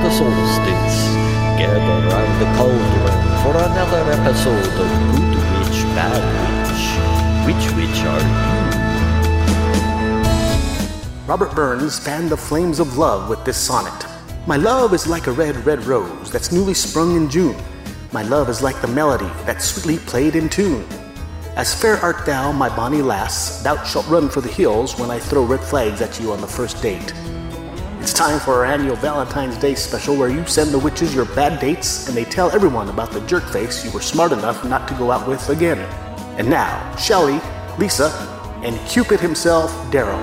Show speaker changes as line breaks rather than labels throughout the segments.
solstice. Gather round the cauldron for another episode of Good Witch, Bad Witch. Which witch are you?
Robert Burns fanned the flames of love with this sonnet. My love is like a red, red rose that's newly sprung in June. My love is like the melody that's sweetly played in tune. As fair art thou, my bonny lass, thou shalt run for the hills when I throw red flags at you on the first date. It's time for our annual Valentine's Day special where you send the witches your bad dates and they tell everyone about the jerk face you were smart enough not to go out with again. And now, Shelley, Lisa, and Cupid himself, Daryl.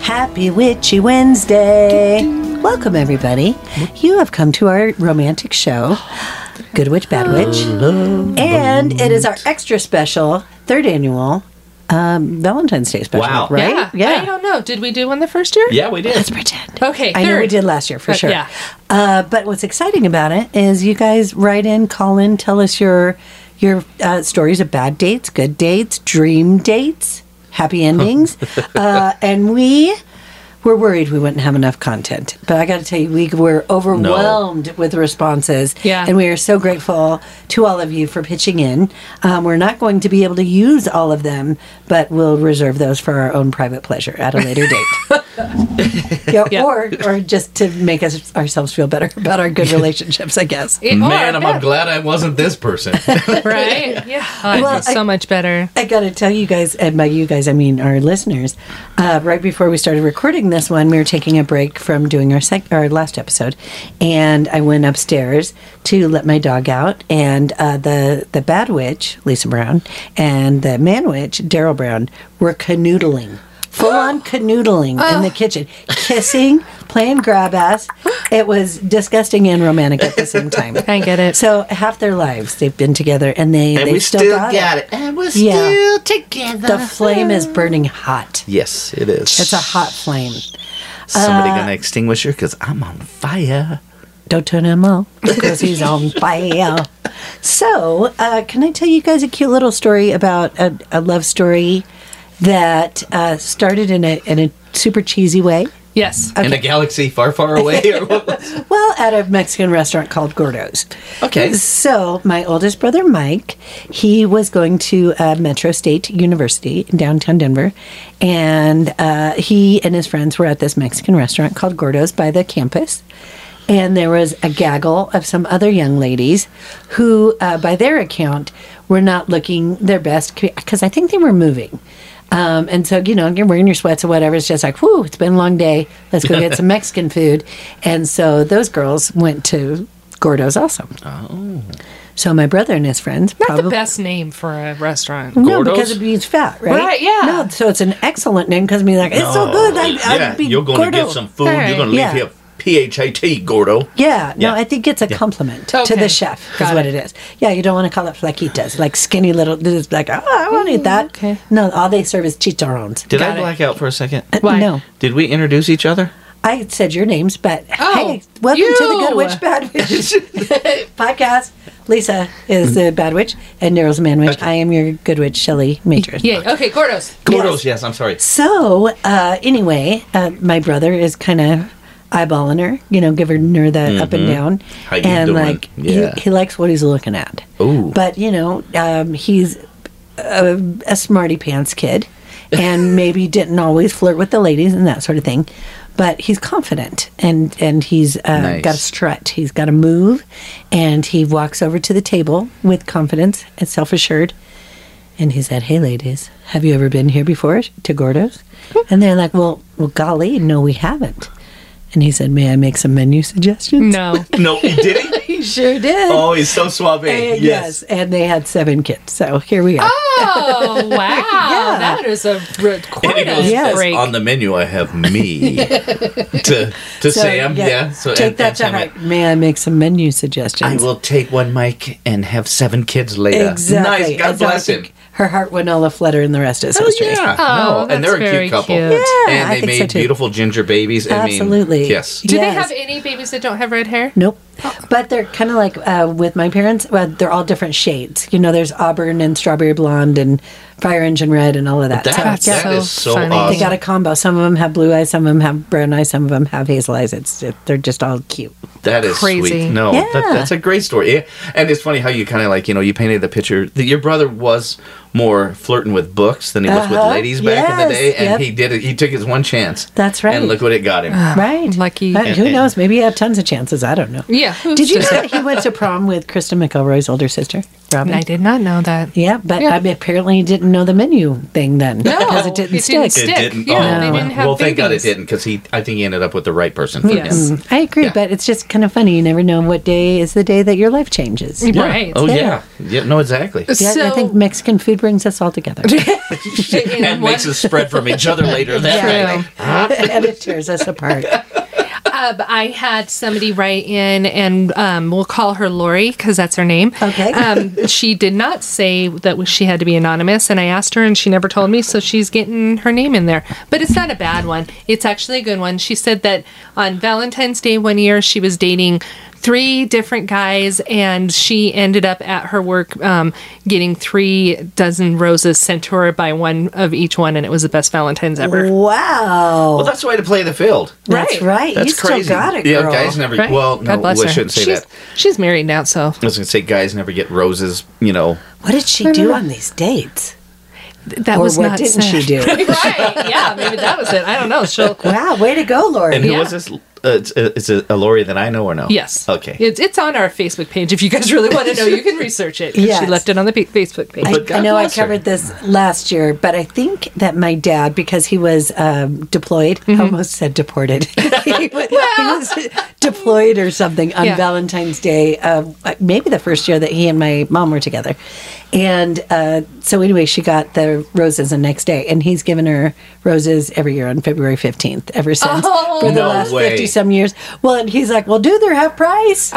Happy Witchy Wednesday. Welcome, everybody. You have come to our romantic show, Good Witch, Bad Witch. And it is our extra special, third annual um, Valentine's Day special.
Wow.
Right?
I don't know. Did we do one the first year?
Yeah, we did.
Let's pretend.
Okay,
I know we
third.
did last year for
Uh,
sure.
yeah.
Uh, but what's exciting about it is you guys write in, call in, tell us your your uh, stories of bad dates, good dates, dream dates, happy endings, uh, and we were worried we wouldn't have enough content. But I got to tell you, we were overwhelmed with responses.
Yeah.
and we are so grateful to all of you for pitching in. Um, we're not going to be able to use all of them, but we'll reserve those for our own private pleasure at a later date. Yeah,
Yeah.
Or, or just to make us ourselves feel better about our good relationships, I guess.
It-
Man,
or-
I'm,
yeah,
I'm glad I wasn't this person.
Right? Yeah. God,
Well,
it's
I-
so much better.
I got to tell you guys, and by you guys, I mean our listeners, uh, right before we started recording this one, we were taking a break from doing our, sec- our last episode. And I went upstairs to let my dog out. And uh, the, the bad witch, Lisa Brown, and the man witch, Daryl Brown, were canoodling. Full on canoodling in the kitchen, kissing, playing grab ass. It was disgusting and romantic at the same time.
I get it.
So half their lives they've been together, and they
And
they
we
still, got, it.
And we're
Yeah.
still together.
The flame is burning hot.
yes, it is.
It's a hot flame.
Somebody gonna extinguish her because I'm on fire.
Don't turn him off because he's on fire. So, uh, can I tell you guys a cute little story about a, a love story that uh, started in a in a super cheesy way?
Yes.
In a galaxy far, far away. or what was-
Well, at a Mexican restaurant called Gordo's.
okay.
So, my oldest brother Mike, he was going to uh, Metro State University in downtown Denver, and uh, he and his friends were at this Mexican restaurant called Gordo's by the campus. And there was a gaggle of some other young ladies who, uh, by their account, were not looking their best because I think they were moving. Um, and so, you know, you're wearing your sweats or whatever. It's just like, whoo, it's been a long day. Let's go get some Mexican food. And so those girls went to Gordo's also. So my brother and his friends
Not the
probably
best name for a restaurant.
no
Gordo's?
because it means fat, right?
Right, yeah.
No, so it's an excellent name because it means like it's so good. I,
yeah,
I'd be
you're going to
Gordo.
get some food.
Alright.
You're going to leave
Yeah.
here P-H-A-T, Gordo.
Yeah, no,
Yeah.
I think it's a compliment to
Okay.
the chef is
Got
what
it.
it is. Yeah, you don't want to call it flaquitas, like skinny little. It's like oh, I won't eat that.
Mm, okay.
No, all they serve is chicharrones.
Did
Got
I
it.
black out for a second?
Why?
No,
Did we introduce each other?
I said your names, but
Oh,
hey, welcome to the Good
you.
Witch Bad Witch podcast. Lisa is the Bad Witch, and Daryl's the Man Witch.
Okay.
I am your Good Witch, Shelley Major.
Yay. Okay, Gordos.
Gordos, yes, I'm sorry.
So uh, anyway, uh, my brother is kind of eyeballing her, you know, giving her the up and down,
Mm-hmm. How you
and
doing?
like
Yeah.
he, he likes what he's looking at.
Ooh.
But you know, um, he's a, a smarty pants kid, and maybe didn't always flirt with the ladies and that sort of thing. But he's confident, and and he's uh,
Nice.
got a strut. He's got a move, and he walks over to the table with confidence and self assured. And he said, "Hey, ladies, have you ever been here before to Gordo's?" And they're like, "Well, well, golly, no, we haven't." And he said, "May I make some menu suggestions?"
No.
No, he didn't?
he sure did.
Oh, he's so suave.
And-
Yes.
yes. and they had seven kids. So here we are.
Oh, wow. That is a re-
And he
quite
goes,
a
Yes.
break.
On the menu, I have me to to Sam. Yeah. So
take
and-
that
and
to
Sam,
heart. May I make some menu
I
suggestions?
will take one mic and have seven kids later.
Exactly.
Nice. God
And so I
bless him.
think Her heart went all aflutter, and the rest is
Oh,
history.
yeah.
Oh,
no. And they're a
that's very
cute couple.
cute.
Yeah,
and
I
they
think so
made
too.
beautiful ginger babies. I mean,
Absolutely.
yes.
Do they
Yes.
have any babies that don't have red hair?
Nope. But they're kind of like uh, with my parents. Well, they're all different shades. You know, there's auburn and strawberry blonde and fire engine red and all of that.
That,
That's
yeah.
that
so
is so
funny. They
They
awesome.
got a combo. Some of them have blue eyes, some of them have brown eyes, some of them have hazel eyes. It's it, they're just all cute.
That is
Crazy.
sweet. No, that,
Yeah.
that's a great story. Yeah. And it's funny how you kind of like, you know, you painted the picture that your brother was more flirting with books than he was with
Uh-huh.
ladies back in
Yes.
the day. And
Yep.
he did it. He took his one chance.
That's right. Ah.
And look what it got him.
Right.
Oh, Lucky.
But who
And-
knows? Maybe he had tons of chances. I don't know.
Yeah, who's
Did you
to
know that he went to prom with Kristen McElroy's older sister, Robin?
I did not know that.
Mm-hmm. Yeah, but
Yeah.
I mean, apparently he didn't know the menu thing then because it didn't
it
stick.
didn't
It
Stick.
didn't.
Yeah,
oh,
they
wow.
didn't have
well, thank God it
babies.
didn't because he, I think he ended up with the right person for
Yes.
him.
Mm.
I agree,
Yeah.
but it's just kind of funny. You never know what day is the day that your life changes. Yeah,
Right.
Oh,
Yeah.
yeah. Yeah, no, exactly.
so,
I think Mexican food brings us all together.
in
and
one-
makes us spread from each other later. That's
Yeah.
right.
and it tears us apart.
uh, but I had somebody write in, and um, we'll call her Lori because that's her name.
Okay.
Um, she did not say that she had to be anonymous, and I asked her, and she never told me, so she's getting her name in there. But it's not a bad one. It's actually a good one. She said that on Valentine's Day one year, she was dating three different guys, and she ended up at her work um, getting three dozen roses sent to her by one of each one, and it was the best Valentine's ever.
Wow.
Well, that's the way to play the field.
That's right.
That's
you
crazy.
still got it,
Yeah,
girl.
guys never.
Right?
Well, no,
God bless
well, I
her.
shouldn't say
she's,
that.
She's married now, so
I was going to say guys never get roses, you know.
What did she do on these dates?
th- that
or
was
what
not
didn't she
said.
do?
right? Yeah, maybe that was it. I don't know. She'll.
Wow, way to go, Lori.
And who
Yeah.
was this? Uh, it's it's a, a Lori that I know or no?
Yes.
Okay.
It's it's on our Facebook page. If you guys really want to know, you can research it. 'cause
Yes.
She left it on the pa- Facebook page.
But
I, I
God
know I
bless her.
covered this last year, but I think that my dad, because he was um, deployed,
Mm-hmm.
I almost said deported. he, was, he was deployed or something on
Yeah.
Valentine's Day, uh, maybe the first year that he and my mom were together. And uh, so, anyway, she got the roses the next day, and he's given her roses every year on February 15th ever since
Oh.
for the
No
last
way.
50 some years. Well, and he's like, Well, do they're half price.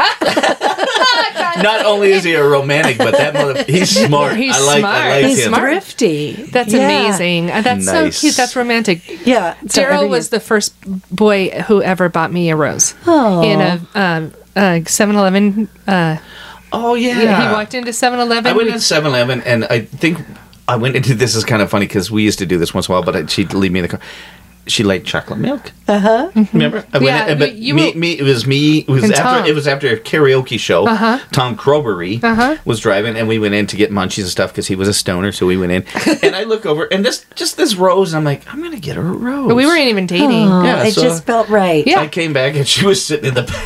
Not only is he a romantic, but that mother, he's smart.
He's
I like,
smart.
I like
he's
him.
smart.
thrifty.
That's
Yeah.
amazing. Uh, That's
Nice.
so cute. That's romantic.
Yeah. so every
Daryl
year-
was the first boy who ever bought me a rose
Aw.
in a
Oh.
um, uh, 7-Eleven. Uh,
Oh yeah.
He walked into
I
7-Eleven.
went into 7 Eleven and I think I went into this is kind of funny because we used to do this once in a while, but I, she'd leave me in the car. She liked chocolate milk. Uh
Uh-huh.
huh. Remember? I went
Yeah,
in- but
you- you
me,
were-
me, it was me. It was
And
after
Tom.
it was after a karaoke show. Uh-huh. Tom Crobery
Uh-huh.
was driving, and we went in to get munchies and stuff because he was a stoner. So we went in, and I look over, and this just this rose. And I'm like, I'm gonna get her a rose.
But we weren't even dating.
Oh,
Yeah,
it
so-
just felt right.
Yeah.
I came back, and she was sitting in the. back.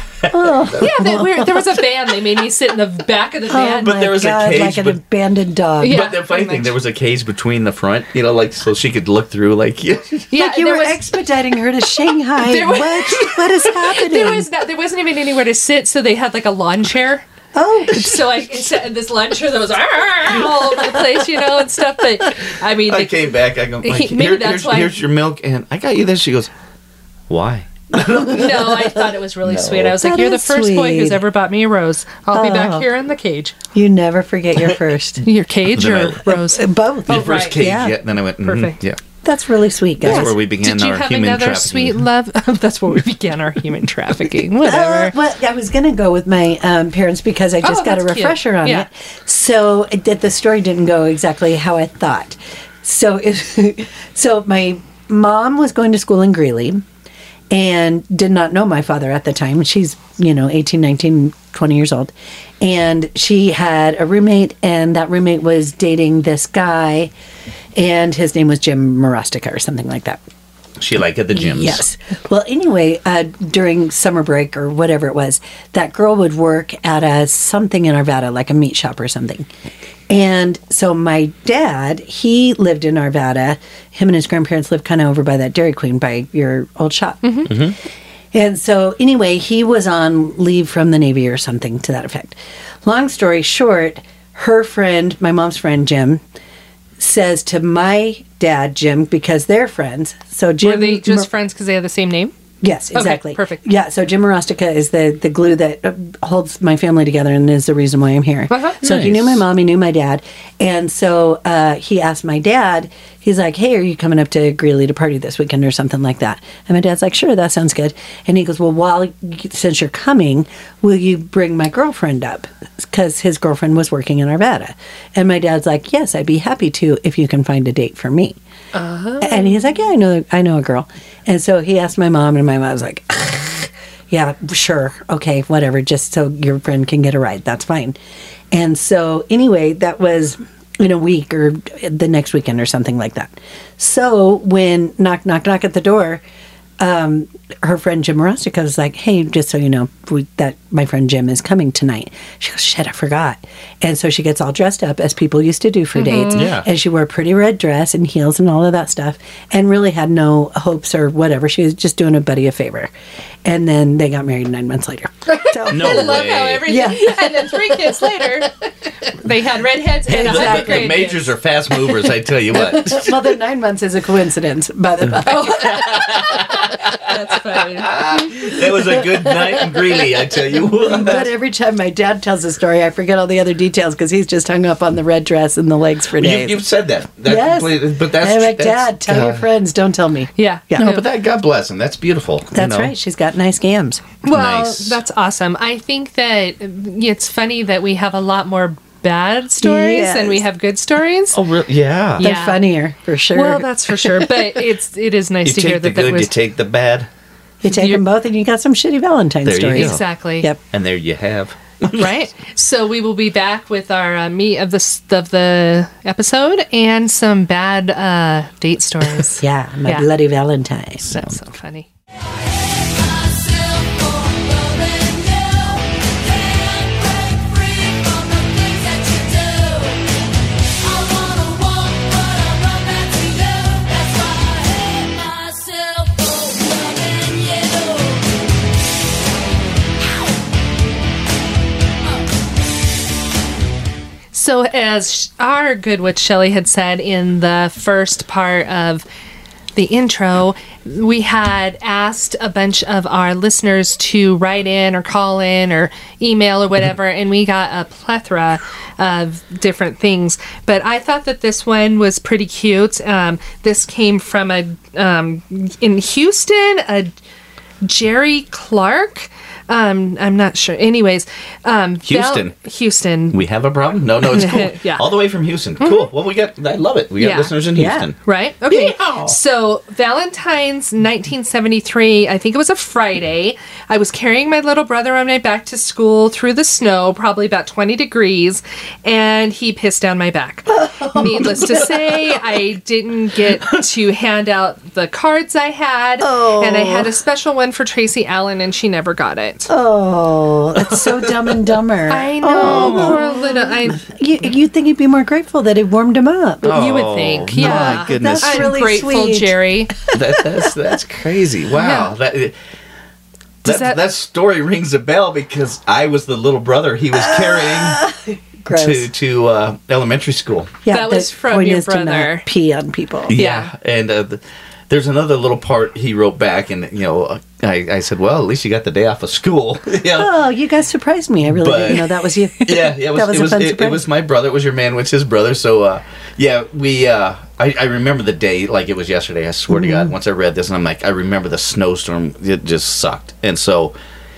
Yeah, they, we were, there was a van. They made me sit in the back of the van.
But
Oh my
there was a cage,
like an
but-
abandoned dog.
Yeah.
but the funny
pretty
thing,
much.
there was a cage between the front, you know, like so she could look through, like yeah.
yeah,
Like you
there
were
was-
expediting her to Shanghai.
There was-
what? What is happening?
There was not, there wasn't even anywhere to sit, so they had like a lawn chair.
oh,
So I sat in this lawn chair that was "Arr!" all over the place, you know, and stuff. But I mean,
I
like,
came back. I go, like,
He- maybe
Here,
that's
here's,
why-
here's your milk, and I got you this. She goes, why?
no, I thought it was really sweet. I was like,
That
"You're the
is
first boy who's
sweet.
ever bought me a rose. I'll be
Oh.
back here in the cage.
you never forget your first.
Your cage
Then
or rose?
Both.
Oh,
The first
right,
cage.
yeah.
Yeah. Then I went, mhm,
Perfect.
Yeah.
That's really sweet,
That's
guys.
where we began
Did you
our
have
human
another
trafficking.
sweet love? That's where we began our human trafficking.
Uh,
Whatever.
well, I was going to go with my um, parents because I just
Oh,
got a
that's cute.
refresher on
Yeah.
it. So it, did- the story didn't go exactly how I thought. So, it, so my mom was going to school in Greeley and did not know my father at the time. She's, you know, 18, 19, 20 years old. And she had a roommate, and that roommate was dating this guy, and his name was Jim Morostica or something like that.
She like at the gyms.
Yes. Well, anyway, uh, during summer break or whatever it was, that girl would work at a something in Arvada, like a meat shop or something. And so my dad, he lived in Arvada. Him and his grandparents lived kind of over by that Dairy Queen, by your old shop.
Mm-hmm.
And so, anyway, he was on leave from the Navy or something to that effect. Long story short, her friend, my mom's friend, Jim, says to my dad, Jim, because they're friends. So Jim
Were they
Mor-
just friends because they had the same name?
Yes, exactly.
perfect.
Yeah, so Jim Rostica is the the glue that uh, holds my family together and is the reason why I'm here.
Uh-huh.
So he
Nice.
knew my mom, he knew my dad, and so uh, he asked my dad. He's like, "Hey, are you coming up to Greeley to party this weekend or something like that?" And my dad's like, "Sure, that sounds good." And he goes, "Well, while since you're coming, will you bring my girlfriend up?" Because his girlfriend was working in Arvada, and my dad's like, "Yes, I'd be happy to if you can find a date for me." And he's like, "Yeah, I know, I know a girl." And so he asked my mom, and my mom was like, "Yeah, sure, okay, whatever, just so your friend can get a ride. That's fine." And so anyway, that was in a week or the next weekend or something like that. So when knock, knock, knock at the door, her friend Jim Rostica was like, "Hey, just so you know, we, that my friend Jim is coming tonight." She goes, "Shit, I forgot." And so she gets all dressed up as people used to do for dates,
Mm-hmm. Yeah.
and she wore a pretty red dress and heels and all of that stuff, and really had no hopes or whatever. She was just doing a buddy a favor, and then they got married nine months later. So,
I
No
love how
way.
everything. And then three kids later, they had redheads and
The- the-
exactly.
The majors are fast movers, I tell you what.
well, the nine months is a coincidence, by the way.
That's funny.
That was a good night in Greeley, I tell you what.
But every time my dad tells the story, I forget all the other details because he's just hung up on the red dress and the legs for
You,
days.
you've said that. that
yes,
completely- But that's
I'm like,
that's-
Dad, tell your friends, don't tell me.
Yeah.
yeah.
No, but that God bless him. That's beautiful. you
That's
know?
right. She's got nice gams.
Well,
Nice.
that's awesome. I think that it's funny that we have a lot more bad stories than we
Yes.
have good stories.
Oh, really? Yeah.
Yeah.
They're funnier for sure.
Well, that's for sure. But it's it is nice
You
to hear
take the
that that
good, you
was
take the bad,
you take them both, and you got some shitty Valentine's
There you
stories.
go.
exactly
Yep.
and there you have.
right. So we will be back with our uh, meat of the s- of the episode and some bad uh, date stories.
Yeah, my
Yeah.
bloody Valentine.
that's so funny. So, as sh- our Goodwood Shelley had said in the first part of the intro, we had asked a bunch of our listeners to write in or call in or email or whatever, and we got a plethora of different things. But I thought that this one was pretty cute. Um, this came from a um, in Houston, a Jerry Clark. Um, I'm not sure. Anyways, um, Bel-
Houston.
Houston.
We have a problem? No, no, it's cool.
Yeah. Mm-hmm.
All the way from Houston. Cool. Well, we got, I love it. We got
Yeah.
listeners in
Yeah.
Houston.
Right? Okay. So, Valentine's 1973, I think it was a Friday. I was carrying my little brother on my back to school through the snow, probably about 20 degrees, and he pissed down my back. Needless to say, I didn't get to hand out the cards I had, and I had a special one for Tracy Allen, and she never got it.
Oh, that's so dumb and dumber.
I know,
Oh.
poor little. I,
you, you'd think you'd be more grateful that it warmed him up.
Oh,
you would think,
my
yeah.
goodness.
That's
I'm
really
grateful,
sweet.
Jerry.
that, that's that's crazy. Wow. That, that,
Does
that,
that-
story rings a bell because I was the little brother he
Ah,
was carrying
Gross.
to to uh, elementary school.
yeah,
That
the
was from
point
your
is to
brother.
not pee on people.
Yeah.
And uh, the, there's another little part he wrote back, and you know, I, I said, well, at least you got the day off of school. yeah.
Oh, you guys surprised me. I really
But-
didn't know that was you.
Yeah, yeah, it was,
that was
it,
a
was
fun
it, it
surprise.
was my brother. It was your man, which his brother. So, uh, yeah, we. Uh, I, I remember the day like it was yesterday. I swear to
Mm-hmm.
God, once I read this, and I'm like, I remember the snowstorm. It just sucked, and so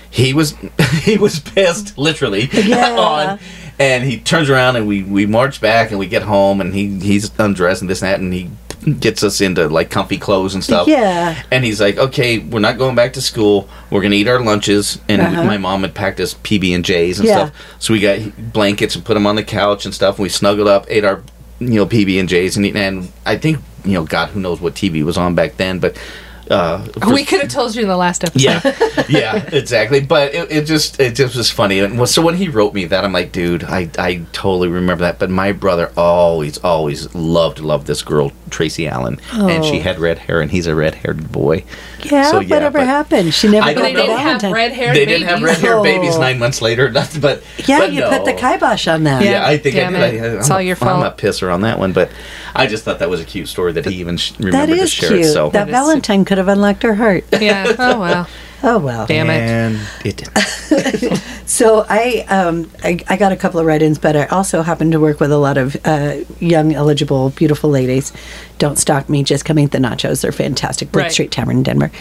he was he was pissed, literally.
Yeah.
on, and he turns around, and we we march back, and we get home, and he he's undressed and this and that, and he gets us into like comfy clothes and stuff.
Yeah.
And he's like, "Okay, we're not going back to school. We're gonna eat our lunches." And my mom had packed us PB and J's and
Uh-huh. Yeah.
stuff, so we got blankets and put them on the couch and stuff. And we snuggled up, ate our you know PB and J's, and and I think you know God who knows what TV was on back then, but uh, for-
We could have told you in the last episode.
yeah, yeah, exactly. But it, it just it just was funny. And well, so when he wrote me that, I'm like, dude, I I totally remember that. But my brother always always loved loved this girl Tracy Allen, and
Oh.
she had red hair, and he's a red haired boy.
Yeah,
So,
whatever
but-
happened. She never
I
got
But
don't
they
know.
the
didn't have
Valentine.
red hair.
They didn't have red hair
Oh.
babies nine months later, nothing. But
Yeah,
but
you
no.
put the kibosh on that.
Yeah, I think I
Damn
did.
it.
I, I'm
It's
a-
all your
I'm
fault.
a pisser on that one, but I just thought that was a cute story that he even sh-
That
remembered to
is
share
cute.
it. So
that Valentine could could have unlocked her heart.
Yeah. Oh well.
Oh well.
Damn it.
And it didn't.
So I, um, I I got a couple of write-ins, but I also happen to work with a lot of uh, young, eligible, beautiful ladies. Don't stalk me. Just come eat the nachos; they're fantastic. Brick
Right.
Street Tavern in Denver.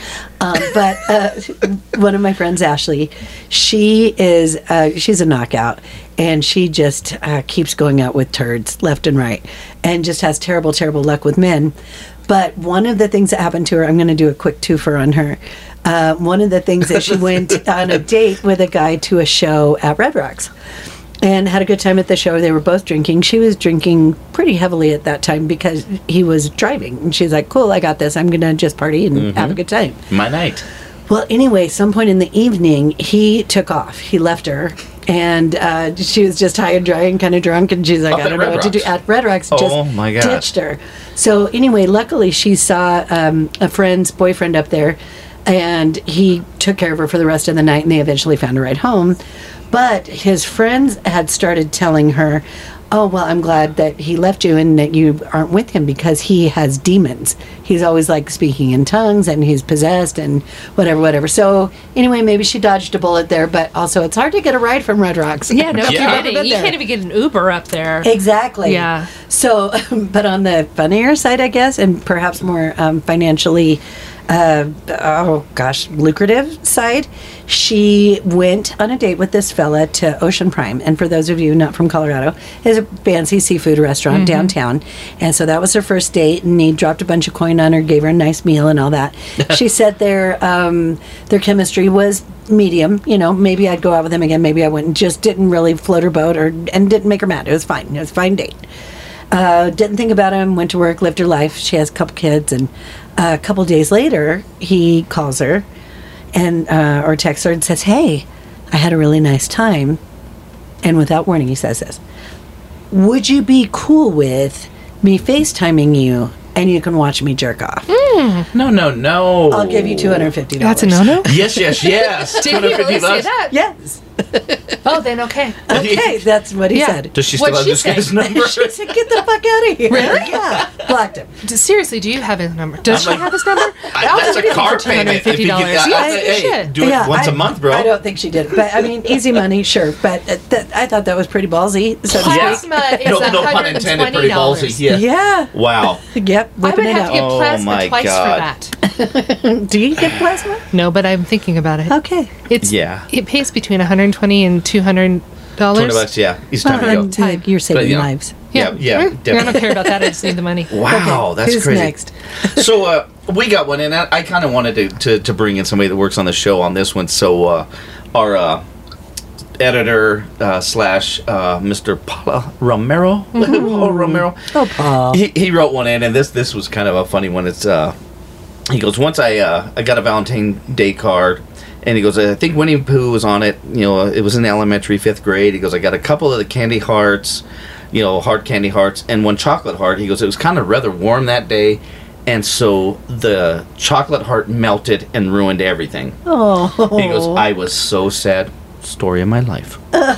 Um, but uh, one of my friends, Ashley, she is uh, she's a knockout, and she just uh, keeps going out with turds left and right, and just has terrible, terrible luck with men. But one of the things that happened to her, I'm going to do a quick twofer on her. Uh, one of the things that she went on a date with a guy to a show at Red Rocks and had a good time at the show. They were both drinking. She was drinking pretty heavily at that time because he was driving. And she's like, cool, I got this. I'm going to just party and
Mm-hmm.
have a good time.
My night.
Well, anyway, some point in the evening, he took off. He left her, and uh, she was just high and dry and kind of drunk. And she's like,
Up
I
at
don't know
Red
what to do.
Rocks.
At Red Rocks,
Oh,
just
my God.
ditched her. So anyway, luckily she saw um, a friend's boyfriend up there, and he took care of her for the rest of the night. And they eventually found a ride home. But his friends had started telling her. Oh, well, I'm glad that he left you and that you aren't with him because he has demons. He's always like speaking in tongues and he's possessed and whatever, whatever. So, anyway, maybe she dodged a bullet there, but also it's hard to get a ride from Red Rocks.
Yeah. No
Yeah.
kidding. You can't even get an Uber up there.
Exactly.
Yeah.
So, but on the funnier side, I guess, and perhaps more um, financially, uh, oh gosh, lucrative side, she went on a date with this fella to Ocean Prime. And for those of you not from Colorado, it's a fancy seafood restaurant downtown. And so that was her first date, and he dropped a bunch of coin on her, gave her a nice meal, and all that. she said their um, their chemistry was medium. You know, maybe I'd go out with him again. Maybe I wouldn't. Just didn't really float her boat or and didn't make her mad. It was fine. It was a fine date. Uh, didn't think about him. Went to work, lived her life. She has a couple kids, and uh, a couple days later, he calls her and uh, or texts her and says, "Hey, I had a really nice time." And without warning, he says this would you be cool with me FaceTiming you and you can watch me jerk off?
No, no, no.
I'll give you $250.
That's a no-no.
Yes, yes, yes.
Did he really say that?
Yes.
Oh, then okay.
Okay, that's what he
Yeah.
said.
Does she still
What'd
have
she
this
say?
guy's number?
She said, get the fuck out of here. Really? Yeah. Blocked him.
D- Seriously, do you have his number? Does
I'm
she
like-
have his number?
I-
I'll
that's
do
a
anything
car
for
payment. If you
$250.
could- I-
Yeah,
I- hey,
shit.
do it once
a
a month, bro.
I don't think she did it. But I mean, easy money, sure. But uh, that, I thought that was pretty ballsy. So to
Yeah.
Plasma is
no, no pun intended. Pretty
$120.
ballsy. Yeah.
speak. yeah.
Wow.
Yep,
I would
whipping it
have to
out.
get
Oh
plasma
my
twice
God.
for that.
Do you get plasma?
No, but I'm thinking about it.
Okay.
It's
Yeah.
It pays between 120 and 200
Twenty
dollars.
bucks. Yeah. Each time
Well,
you go.
and, uh, you're saving
But, you know.
lives.
Yeah. Yeah.
Mm-hmm. I don't
definitely.
care about that. I just need the money.
Wow,
Okay,
that's
who's
crazy.
next?
so uh, we got one, and I, I kind of wanted to, to to bring in somebody that works on the show on this one. So uh, our uh, editor uh, slash uh, Mr. Paula Romero, Paul Romero.
Oh, Paul.
He, he wrote one in, and this this was kind of a funny one. It's uh, he goes once I uh, I got a Valentine Day card, and he goes I think Winnie Pooh was on it. You know, it was in elementary fifth grade. He goes I got a couple of the candy hearts, you know, hard candy hearts, and one chocolate heart. He goes it was kind of rather warm that day, and so the chocolate heart melted and ruined everything.
Oh.
He goes I was so sad. Story of my life.
Poor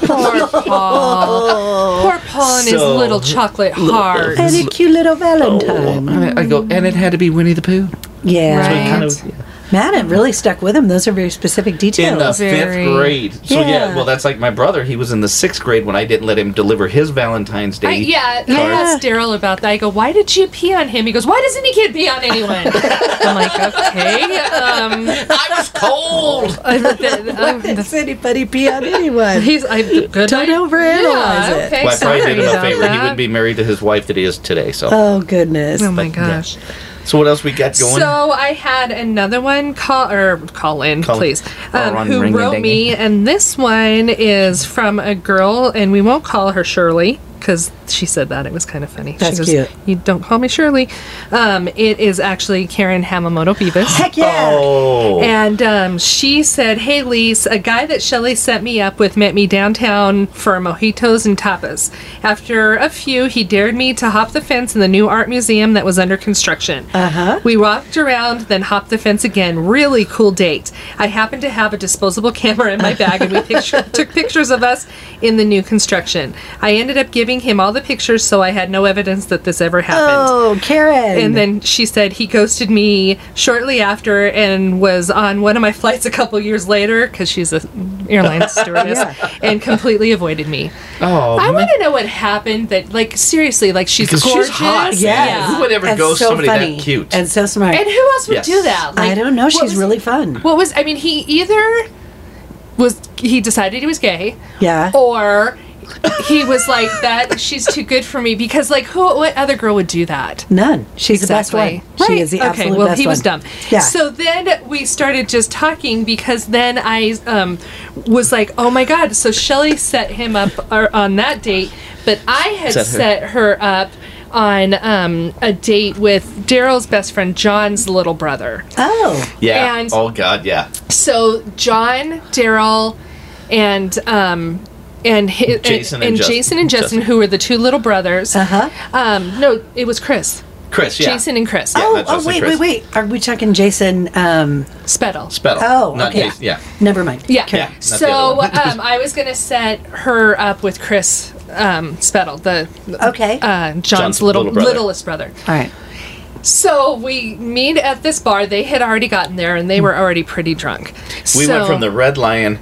Paul. Poor Paul and his
So-
little chocolate heart.
And a cute little Valentine.
I go, and it had to be Winnie the Pooh.
Yeah.
Right.
Oh. Kind
And-
of,
Man, it really stuck with him. Those are very specific
in the
details.
Very-
fifth grade. So yeah.
Yeah.
well, that's like my brother. He was in the sixth grade when I didn't let him deliver his Valentine's Day.
I, yeah, I
card.
asked Daryl about that. I go, "Why did you pee on him?" He goes, "Why does any kid pee on anyone?" I'm like, "Okay." Um,
I was cold.
I- the- the-
Does anybody pee on anyone?
he's, I, good
Don't
I-
overanalyze
yeah,
it.
Okay,
Well, I
sorry
probably did him a
about
favor. He
that. Uh,
wouldn't be married to his wife that he is today. So,
Oh goodness.
Oh my
But, yeah.
gosh.
so what else we got going?
So I had another one call or call in,
Call in.
please.
Or
Um,
on
who
Ring
wrote
Ding
me, and this one is from a girl, and we won't call her Shirley because she said that it was kind of funny.
That's
she goes,
cute.
You don't call me Shirley. Um, it is actually Karen Hamamoto Beavis.
Heck yeah.
oh,
And um, she said, Hey, Lise, a guy that Shelly sent me up with met me downtown for mojitos and tapas. After a few, he dared me to hop the fence in the new art museum that was under construction. Uh huh. We walked around, then hopped the fence again. Really cool date. I happened to have a disposable camera in my bag, and we picture- took pictures of us in the new construction. I ended up giving showing him all the pictures, so I had no evidence that this ever happened.
Oh, Karen.
And then she said he ghosted me shortly after and was on one of my flights a couple years later because she's a airline stewardess and completely avoided me.
Oh,
I
man.
want to know what happened. That like seriously, like she's
Because she's
gorgeous.
hot.
yes.
Who would ever
And
ghost
so
somebody
funny.
that cute?
And so smart.
And who else would
Yes.
do that?
I don't know.
what
She's
was-
really fun.
What was I mean? He either was he decided he was gay.
Yeah.
Oh. Or. he was like that. She's too good for me because, like, who? What other girl would do that?
None. She's the best one.
Right.
She is the
okay,
absolute
well,
best
he was
one.
dumb.
Yeah.
So then we started just talking because then I um, was like, oh my God. So Shelly set him up or, on that date, but I had
Set her.
set her up on um, a date with Daryl's best friend, John's little brother.
oh.
yeah.
and-
oh God, yeah.
So John, Daryl, and um, and hi-
Jason and Justin.
Jason and Justin,
Justin.
who were the two little brothers.
Uh-huh.
Um, no, it was Chris,
Chris, yeah.
Jason and Chris.
Oh,
that's
oh
Justin
wait,
Chris.
wait, wait. Are we talking Jason? Um,
Spettle.
Spettle.
oh,
Not
okay.
Jason, yeah.
Never mind.
Yeah.
Okay.
Yeah. not the other
So
one.
um, I was gonna set her up with Chris um, Spettle, the
Okay.
uh, John's,
John's
little,
little brother.
littlest brother.
All right.
So we meet at this bar. They had already gotten there, and they were already pretty drunk.
We went
So-
from the Red Lion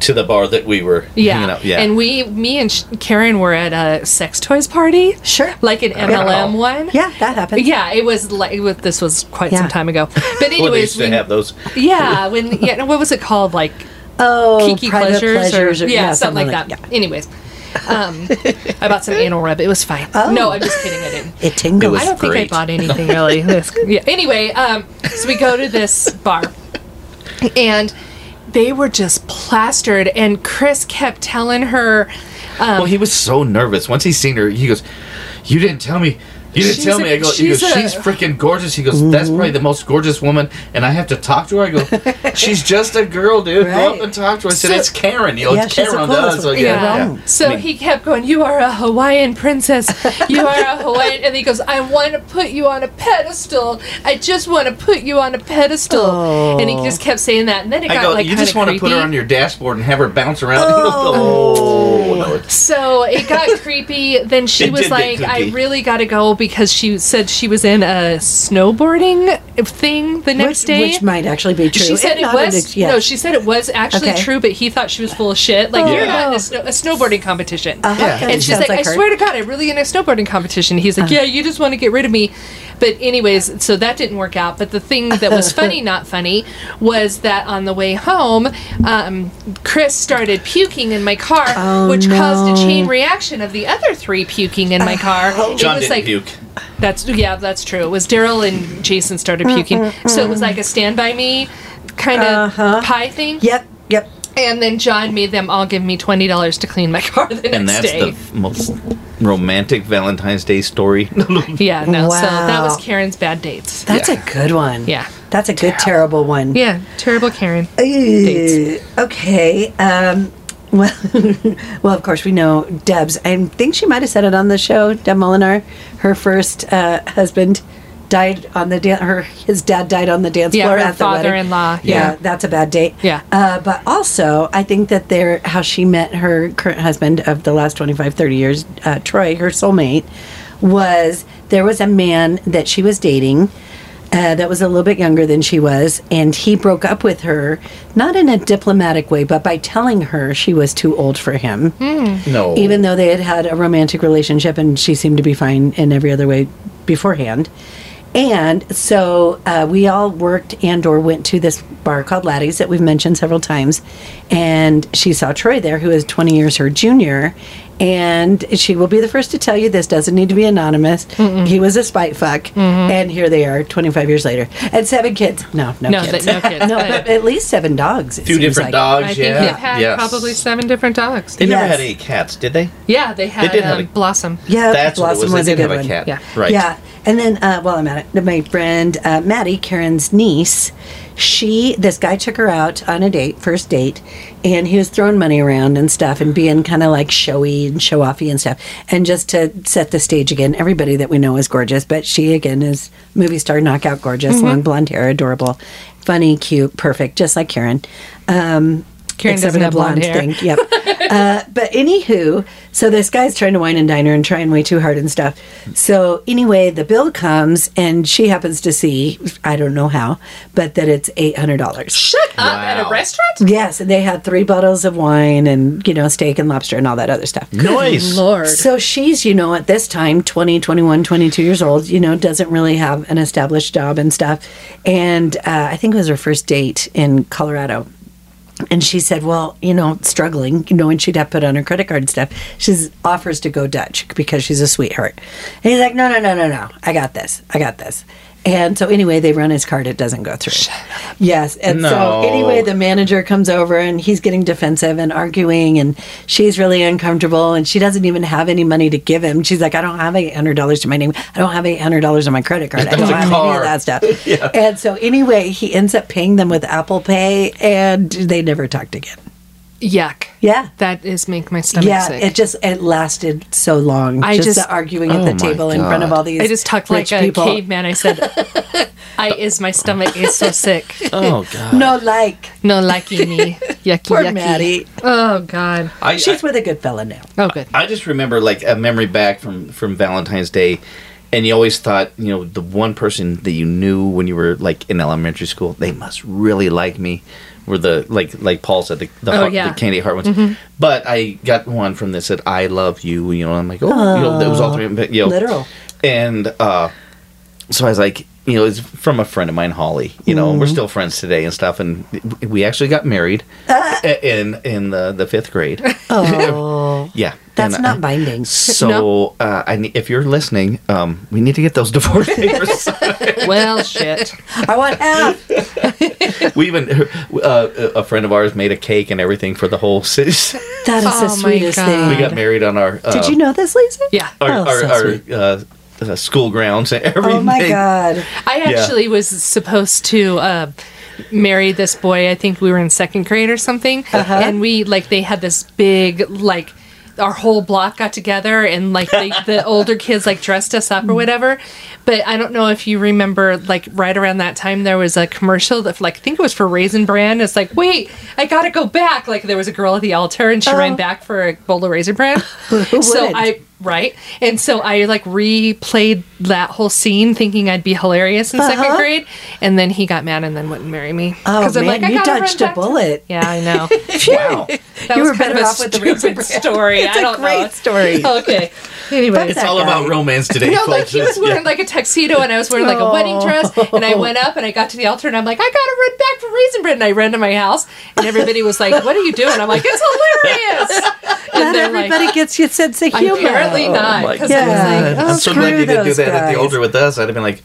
to the bar that we were
yeah,
hanging out. Yeah.
and we, me and Sh- Karen were at a sex toys party,
Sure.
like an MLM one.
Yeah, that happens.
yeah, it was like it was- this was quite
Yeah.
some time ago. But
well, they used
anyways,
to
we-
have those.
yeah, when yeah, no, what was it called? Like
Oh,
Kiki
private
pleasures, or, yeah, something, like that.
Yeah.
Anyways, um, I bought some anal rub. It was fine. No, I'm just kidding. I didn't.
It tingles.
I don't
great.
think I bought anything really. This- yeah. Anyway, um, so we go to this bar, and they were just plastered, and Chris kept telling her.
well, he was so nervous. Once he seen her, he goes, "You didn't tell me." You didn't
She's
tell
a-
me. I go. He goes,
she's a-
she's freaking gorgeous. He goes. That's probably the most gorgeous woman, and I have to talk to her. I go. She's just a girl, dude. Go
Right.
up and talk to her. I said,
So-
it's Karen. You know,
Yeah,
it's
she's the
Karen on the
coolest
So,
one.
yeah,
Yeah.
yeah.
Wrong.
um, So he kept going, You are a Hawaiian princess. You are a Hawaiian. And he goes, I want to put you on a pedestal. I just want to put you on a pedestal. And he just kept saying that. And then it
I
got
go.
like
you
kind
just
of
want to
creepy.
put her on your dashboard and have her bounce around. Oh, no, it's-
So it got creepy. Then she
It
was
did get
like, I
creepy.
really got to go because she said she was in a snowboarding thing the next
which,
day.
which might actually be true.
she said
If
it
not an
was
ex- yeah.
no. She said it was actually
Okay. Oh.
true, but he thought she was full of shit. Like you're
Yeah.
not in a, snow- a snowboarding competition.
Uh-huh.
Yeah.
That
And she's
sounds
like, I
her. Uh-huh.
swear to God, I'm really in a snowboarding competition. He's like, Yeah, you just want to get rid of me. But, anyways, so that didn't work out. But the thing that was funny, not funny, was that on the way home, um, Chris started puking in my car,
Oh,
which caused a chain reaction of the other three puking
Oh.
in my car.
John didn't puke.
That's yeah, that's true. It was Daryl and Jason started puking, so it was like a Stand By Me kind of pie thing.
Uh-huh. Yep. Yep.
And then John made them all give me twenty dollars to clean my car the next
And that's
day.
the most romantic Valentine's Day story.
Yeah, no. So that was
Wow.
Karen's bad dates.
That's
Yeah.
a good one.
Yeah.
That's a good terrible one.
Yeah, terrible Karen.
Ooh, Eh, okay. Um, well, well, of course we know Deb's. I think she might have said it on the show. Deb Molinar, her first uh, husband, died on the dance. Her his dad died on the dance
Yeah,
floor
her
at the wedding.
father-in-law,
Yeah,
yeah.
Uh, that's a bad date.
Yeah.
Uh, but also, I think that there how she met her current husband of the last 25, 30 years, uh, Troy, her soulmate, was there was a man that she was dating uh, that was a little bit younger than she was, and he broke up with her, not in a diplomatic way, but by telling her she was too old for him,
Hmm.
no.
even though they had had a romantic relationship and she seemed to be fine in every other way beforehand. And so uh, we all worked and or went to this bar called Laddie's that we've mentioned several times, and she saw Troy there, who is 20 years her junior. And she will be the first to tell you this doesn't need to be anonymous. He was a spite fuck, and here they are, 25 years later, and seven kids. No, no,
No,
kids.
that- no kids.
no, but at least seven dogs. it
Few
seems
different
like.
dogs.
I think
yeah.
they've had
yes.
probably seven different dogs.
They never
Yes.
had any cats, did they?
yeah, they had
did have
um,
a-
Blossom.
Yeah,
That's what it
Blossom
was. They
a
did
good
have a
one.
cat.
Yeah.
Right.
Yeah. And then, uh, while I'm at it, my friend uh, Maddie, Karen's niece, she, this guy took her out on a date, first date, and he was throwing money around and stuff and being kind of like showy and show offy and stuff. And just to set the stage again, everybody that we know is gorgeous, but she again is movie star, knockout gorgeous, long blonde hair, adorable, funny, cute, perfect, just like Karen. Um,
Karen
except
doesn't
for
have
the
blonde hair.
thing. Yep. uh, but anywho, so this guy's trying to wine and dine her and trying way too hard and stuff. So anyway, the bill comes and she happens to see, I don't know how, but that it's eight hundred dollars.
Shut up at
Wow.
a restaurant?
Yes, and they had three bottles of wine and you know steak and lobster and all that other stuff.
Nice.
Lord.
So she's, you know, at this time, 20, 21, 22 years old, you know, doesn't really have an established job and stuff. And uh, I think it was her first date in Colorado. And she said, well, you know, struggling, you know, and she'd have put on her credit card and stuff. She offers to go Dutch because she's a sweetheart. And he's like, no, no, no, no, no. I got this. I got this. And so anyway, they run his card. It doesn't go through. Yes. And
No.
so anyway, the manager comes over and he's getting defensive and arguing and she's really uncomfortable and she doesn't even have any money to give him. She's like, I don't have eight hundred dollars to my name. I don't have eight hundred dollars on my credit card. I don't
was a
have any
car.
of that stuff. And so anyway, he ends up paying them with Apple Pay and they never talked again.
Yuck.
Yeah.
That is make my stomach
yeah,
sick.
it just it lasted so long.
I
just,
just-
the arguing at
Oh
the
my
table in front of
God.
all these.
I just talked like
rich
a
people.
caveman. I said, I is my stomach is so sick.
Oh god.
No, like
No liking me. Yucky,
poor
yucky.
Maddie.
Oh, God.
I,
She's with a good fella now.
Oh, good.
I just remember like a memory back from from Valentine's Day, and you always thought you know the one person that you knew when you were like in elementary school they must really like me, were the like like Paul said the the,
Oh,
heart,
yeah.
the candy heart ones. But I got one from that said I love you. You know I'm like oh, you know that was ultimate but, you know,
Literal.
and uh, so I was like. You know, it's from a friend of mine, Holly. You know, and we're still friends today and stuff. And we actually got married i- in in the, the fifth grade.
Oh,
Yeah,
that's
And
not
I-
binding.
so,
No.
uh, I ne- if you're listening, um, we need to get those divorce papers.
Well, shit.
I want half.
we even uh, a friend of ours made a cake and everything for the whole city.
That is the
Oh my
sweetest
God.
thing.
we got married on our. Uh,
Did you know this, Lisa?
Yeah.
Our,
Oh,
our,
so
our,
sweet.
uh, uh, school grounds and everything.
Oh my God.
I actually was supposed to uh, marry this boy. I think we were in second grade or something, and we like they had this big like our whole block got together and like the, the older kids like dressed us up or whatever. But I don't know if you remember like right around that time there was a commercial that like I think it was for Raisin Bran. It's like wait, I gotta go back. Like there was a girl at the altar and she ran back for a bowl of Raisin Bran. so
wouldn't?
I right? And so I like replayed that whole scene thinking I'd be hilarious in second grade, and then he got mad and then wouldn't marry me.
Uh-huh. Oh,
I'm
man,
I
you
gotta run
dodged a
back to-
bullet.
Yeah, I know.
Wow.
That
You
was
were
kind
better
of a
off with the
stupid
Raisin Bran.
story.
It's
I
a
don't
great
know.
story.
Okay. Anyway.
It's all
That
about
guy.
romance today,
No,
folks.
like he was
It's- yeah.
wearing like a tuxedo, and I was wearing like a wedding dress. And I went up and I got to the altar, and I'm like, I gotta run back for raisin bread. And I ran to my house, and everybody was like, "What are you doing?" I'm like, "It's hilarious." And
Not
they're
everybody gets your sense of
like,
humor.
apparently not.
Oh my
'cause I was
Yeah.
like,
God. I'm so glad
screw
you didn't do
those
that at
guys.
the older with us. I'd have been like,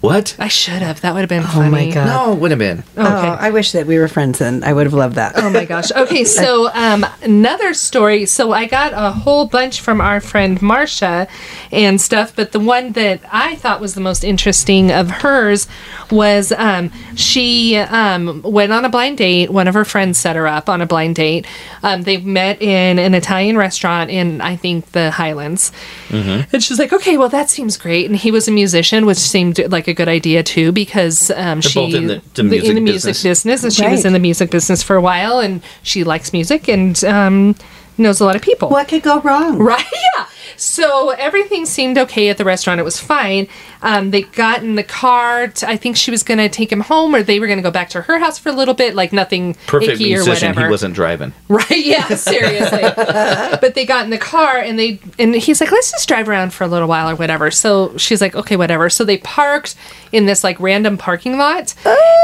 what?
I should have. That would have been funny.
God.
No, it wouldn't have been.
Oh, I wish that we were friends then. I would have loved that.
Oh my gosh. Okay, so um, another story. So I got a whole bunch from our friend Marcia and stuff, but the one that I thought was the most interesting of hers was um, she um, went on a blind date. One of her friends set her up on a blind date. Um, they met in an Italian restaurant in, I think, the Highlands.
Mm-hmm.
And she's like, okay, well, that seems great. And he was a musician, which seemed like a good idea too, because um, she
both in the- the music
in the
business.
music business, and she was
Right.
in the music business for a while, and she likes music and um, knows a lot of people.
What could go wrong?
Right? Yeah. So everything seemed okay at the restaurant. It was fine. Um, they got in the car. t- I think she was going to take him home, or they were going to go back to her house for a little bit, like nothing
Perfect
icky or
musician.
whatever.
He wasn't driving.
Right? Yeah, seriously. but they got in the car and they and he's like, "Let's just drive around for a little while or whatever." So she's like, "Okay, whatever." So they parked in this like random parking lot,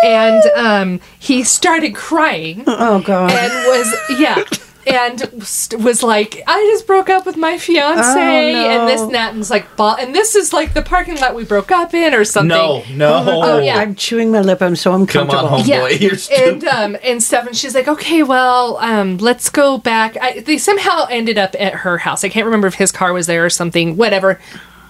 and um, he started crying
Oh God.
and was yeah. And st- was like, I just broke up with my fiance,
Oh, no.
and this and that, and was like, ball, and this is like the parking lot we broke up in, or something.
No, no.
Oh, yeah.
I'm chewing my lip. I'm so
Come
uncomfortable.
on, homeboy.
Yeah.
You're stupid.
and um and stuff and she's like okay well um let's go back I, they somehow ended up at her house i can't remember if his car was there or something whatever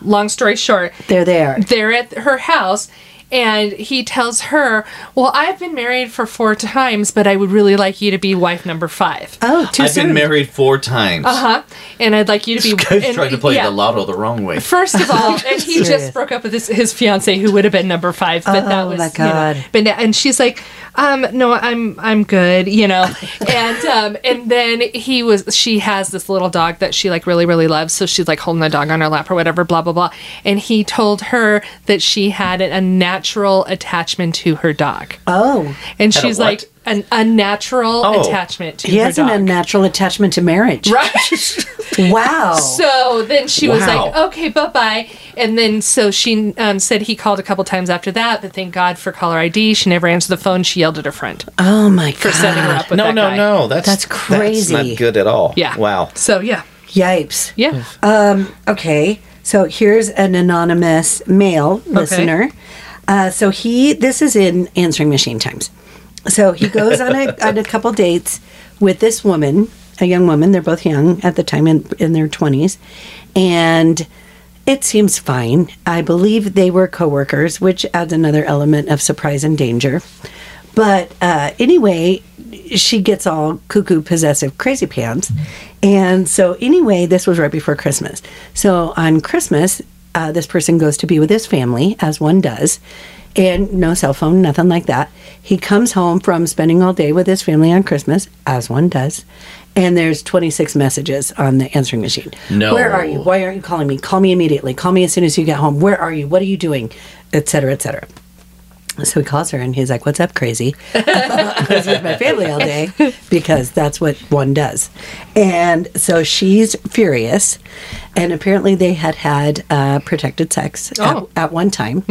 long story short
They're there.
they're at her house and he tells her well i've been married for four times but i would really like you to be wife number five
Oh, too
I've
soon.
been married four times.
uh-huh and i'd like you to be
Guys
and-
trying to play
yeah.
the lotto the wrong way.
First of all, and he
Serious.
just broke up with his, his fiance, who would have been number five, but that
Oh,
was
my
you know,
God.
but now- and she's like, um, no, I'm I'm good, you know. And um, and then he was she has this little dog that she like really really loves, so she's like holding the dog on her lap or whatever, blah blah blah. And he told her that she had an unnatural attachment to her dog,
Oh,
and
Had a
she's
what?
like an unnatural
Oh.
attachment to
he
her
has an
dog.
unnatural attachment to marriage.
right.
Wow.
So then she was
Oh. Wow.
like, okay, bye bye. And then so she um, said he called a couple times after that, but thank God for caller ID. She never answered the phone. She yelled at her friend
oh my
for setting her
god.
up with
no,
that
no,
guy.
no. That's
That's crazy.
not good at all.
Yeah.
Wow.
So yeah,
Yipes.
yeah.
Um, Okay, so here's an anonymous male listener. Uh, so he, this is in answering machine times. So he goes on a on a couple dates with this woman, a young woman. They're both young at the time, in in their twenties, and it seems fine. I believe they were coworkers, which adds another element of surprise and danger. But uh, anyway, she gets all cuckoo possessive crazy pants. And so, anyway, this was right before Christmas. So, on Christmas, uh, this person goes to be with his family, as one does, and no cell phone, nothing like that. He comes home from spending all day with his family on Christmas, as one does. And there's 26 messages on the answering machine.
No.
Where are you? Why aren't you calling me? Call me immediately. Call me as soon as you get home. Where are you? What are you doing? Et cetera, et cetera. So he calls her and he's like, What's up, crazy? I was with my family all day because that's what one does. And so she's furious. And apparently they had had uh, protected sex
Oh.
at, at one time.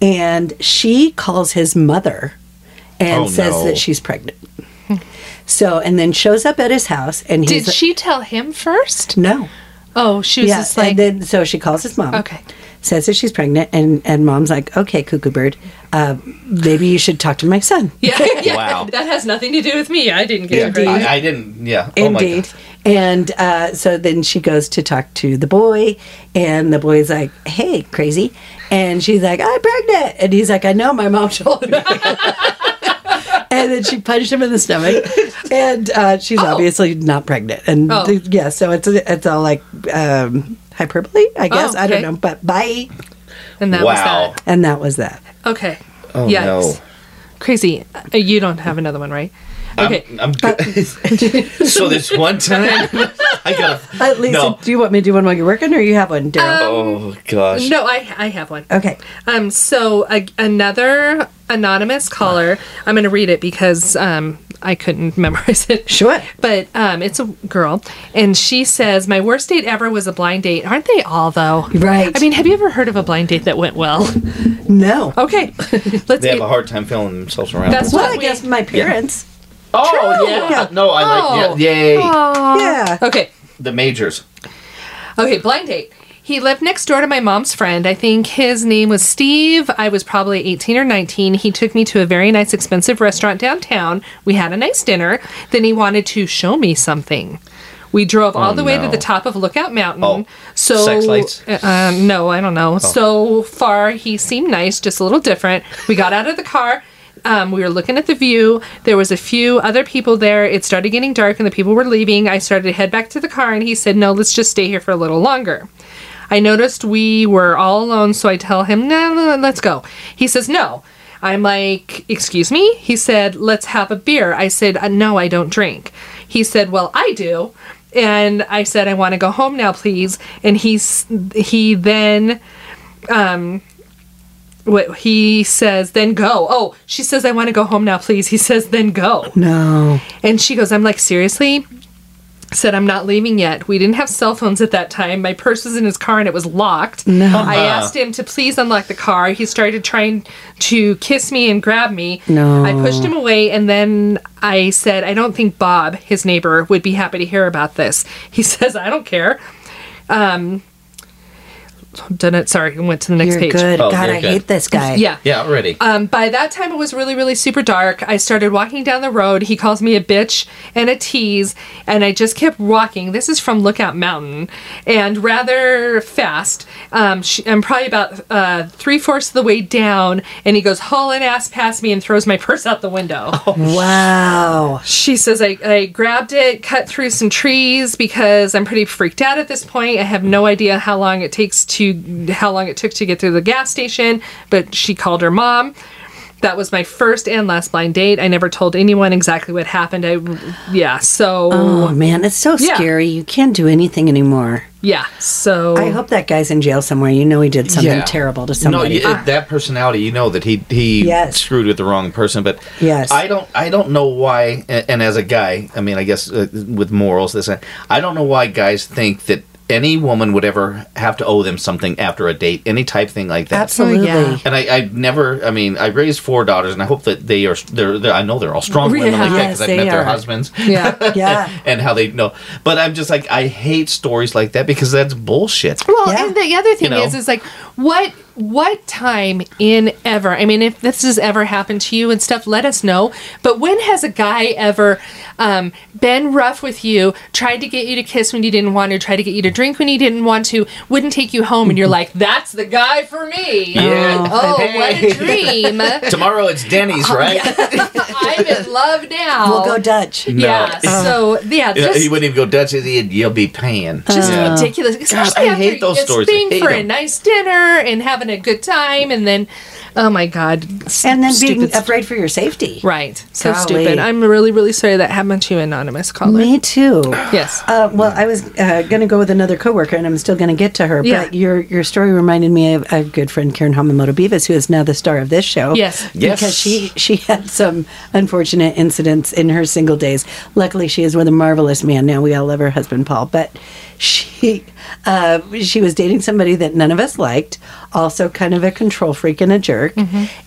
And she calls his mother and
Oh,
says
no.
that she's pregnant. So, and then shows up at his house and he's
Hmm. Did she tell him first?
No.
Oh, she was
Yeah.
just like,
and then so she calls his mom.
Okay.
Says that she's pregnant, and, and mom's like, okay, cuckoo bird, uh, maybe you should talk to my son.
yeah, yeah.
Wow.
That has nothing to do with me. I didn't get
Indeed.
it.
I, I didn't. Yeah. Oh my
Indeed.
God.
and uh, so then she goes to talk to the boy, and the boy's like, hey, crazy. And she's like, I'm pregnant. And he's like, I know, my mom told me. and then she punched him in the stomach. And uh,
Oh.
she's obviously not pregnant. And
Oh.
th- yeah, so it's, it's all like um, hyperbole, I
Oh,
guess. I don't
okay.
know. But bye.
And that
wow.
was that.
And that was that.
Okay.
Oh
Yikes.
no.
Crazy. Uh, you don't have another one, right? Okay.
I'm, I'm good. so this one time, I got a.
Uh, Lisa,
No.
do you want me to do one while you're working, or you have one, Daryl?
Oh gosh.
no, I I have one.
okay.
Um, so a, another anonymous caller. I'm going to read it because um, I couldn't memorize it.
Sure.
But um, it's a girl, and she says, "My worst date ever was a blind date. Aren't they all though?
Right.
I mean, have you ever heard of a blind date that went well?
No.
Okay, let's.
They have
get-
a hard time feeling themselves around.
That's
Well,
what
I
we-
guess my parents.
oh
true. Oh.
yeah.
Yeah.
No, I
Oh.
like. Yeah, yay.
Yeah.
okay.
The majors.
Okay, blind date. He lived next door to my mom's friend. I think his name was Steve. I was probably 18 or 19. He took me to a very nice, expensive restaurant downtown. We had a nice dinner. Then he wanted to show me something. We drove all the way to
Oh, no.
the top of Lookout Mountain.
Oh,
so
sex lights? Oh.
Uh, uh, no, I don't know. So far, he seemed nice, just a little different. We got out of the car. Um, we were looking at the view. There was a few other people there. It started getting dark, and the people were leaving. I started to head back to the car, and he said, "No, let's just stay here for a little longer." I noticed we were all alone, so I tell him, "No, no, no, let's go." He says, "No." I'm like, "Excuse me?" He said, "Let's have a beer." I said, uh, "No, I don't drink." He said, "Well, I do." And I said, "I want to go home now, please." And he's he then what he says, "Then go." Oh, she says, "I want to go home now, please." He says, "Then go."
No.
And she goes, I'm like, seriously? Said, I'm not leaving yet. We didn't have cell phones at that time. My purse was in his car and it was locked. No. I asked him to please unlock the car. He started trying to kiss me and grab me.
No.
I pushed him away and then I said, I don't think Bob, his neighbor, would be happy to hear about this. He says, I don't care. Um, done it. Sorry, I went to the next
You're
page.
good.
Oh,
God,
you're
I
good.
hate this guy.
Yeah.
Yeah, already.
Um, by that time, it was really, really super dark. I started walking down the road. He calls me a bitch and a tease, and I just kept walking. This is from Lookout Mountain, and rather fast. Um, sh I'm probably about uh, three fourths of the way down, and he goes hauling ass past me and throws my purse out the window.
Wow.
She says, I, I grabbed it, cut through some trees because I'm pretty freaked out at this point. I have no idea how long it takes to, how long it took to get through the gas station, but she called her mom. That was my first and last blind date. I never told anyone exactly what happened. I, yeah, so
Oh man, it's so
Yeah.
scary. You can't do anything anymore.
yeah, so
I hope that guy's in jail somewhere. You know he did something
Yeah.
terrible to somebody.
No,
Uh,
y- that personality, you know that he he
Yes.
screwed with the wrong person. But
Yes.
I don't I don't know why. And, and as a guy, I mean, I guess uh, with morals, this and- I don't know why guys think that any woman would ever have to owe them something after a date, any type thing like that.
Absolutely.
yeah.
And I, I never, I mean, I raised four daughters, and I hope that they are, they're, they're I know they're all strong women like
Yeah.
that
Yes,
because I've
they
met their
are.
husbands
yeah.
Yeah.
and how they know. But I'm just like, I hate stories like that because that's bullshit.
Well,
Yeah.
and the other thing
know?
is, is like what what time in ever? I mean, if this has ever happened to you and stuff, let us know. But when has a guy ever um, been rough with you? Tried to get you to kiss when you didn't want to. Tried to get you to drink when you didn't want to. Wouldn't take you home, and you're like, "That's the guy for me."
Yeah.
Oh, what a dream!
Tomorrow it's Denny's,
Oh,
right?
I'm in love now.
We'll go Dutch.
yeah. So yeah,
Yeah,
just
he wouldn't even go Dutch. He'd, you'll be paying.
just
Yeah.
ridiculous. Especially
I hate
after
those
it's
stories. I
Being
hate
for a
them.
nice dinner and having a good time, and then, oh my god, s-
And then
stupid
being
st-
afraid for your safety.
right, so
Golly.
stupid. I'm really, really sorry that happened to you, anonymous caller.
Me too.
Yes.
Uh, well, I was uh, going to go with another coworker, and I'm still going to get to her.
Yeah.
But your your story reminded me of a good friend, Karen Hamamoto Beavis, who is now the star of this show.
Yes.
Yes.
Because she she had some unfortunate incidents in her single days. Luckily, she is with a marvelous man now. We all love her husband, Paul. But she uh, she was dating somebody that none of us liked, also kind of a control freak and a jerk.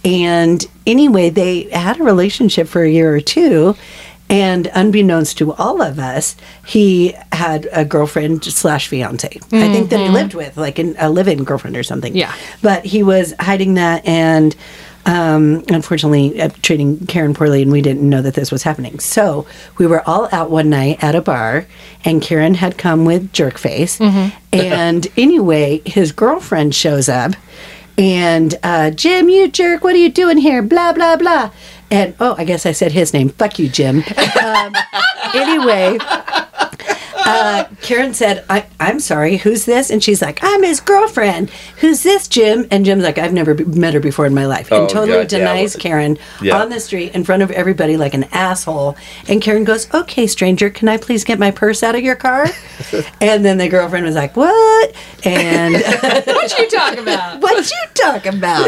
And anyway, they had a relationship for a year or two. And unbeknownst to all of us, he had a girlfriend slash fiance. I think that he lived with, like an, a live-in girlfriend or something.
Yeah.
But he was hiding that and um, unfortunately uh, treating Karen poorly, and we didn't know that this was happening. So we were all out one night at a bar, and Karen had come with jerk face. and anyway, his girlfriend shows up. And uh, Jim, you jerk! What are you doing here? Blah blah blah. And oh, I guess I said his name. Fuck you, Jim. Um, anyway, uh, Karen said, I, I'm sorry, who's this? And she's like, I'm his girlfriend. Who's this, Jim? And Jim's like, I've never be- met her before in my life. And
Oh,
totally
God, yeah.
denies Karen
Yeah.
on the street in front of everybody like an asshole. And Karen goes, Okay, stranger, can I please get my purse out of your car? and then the girlfriend was like, What? And
what you talking about?
what you talking about?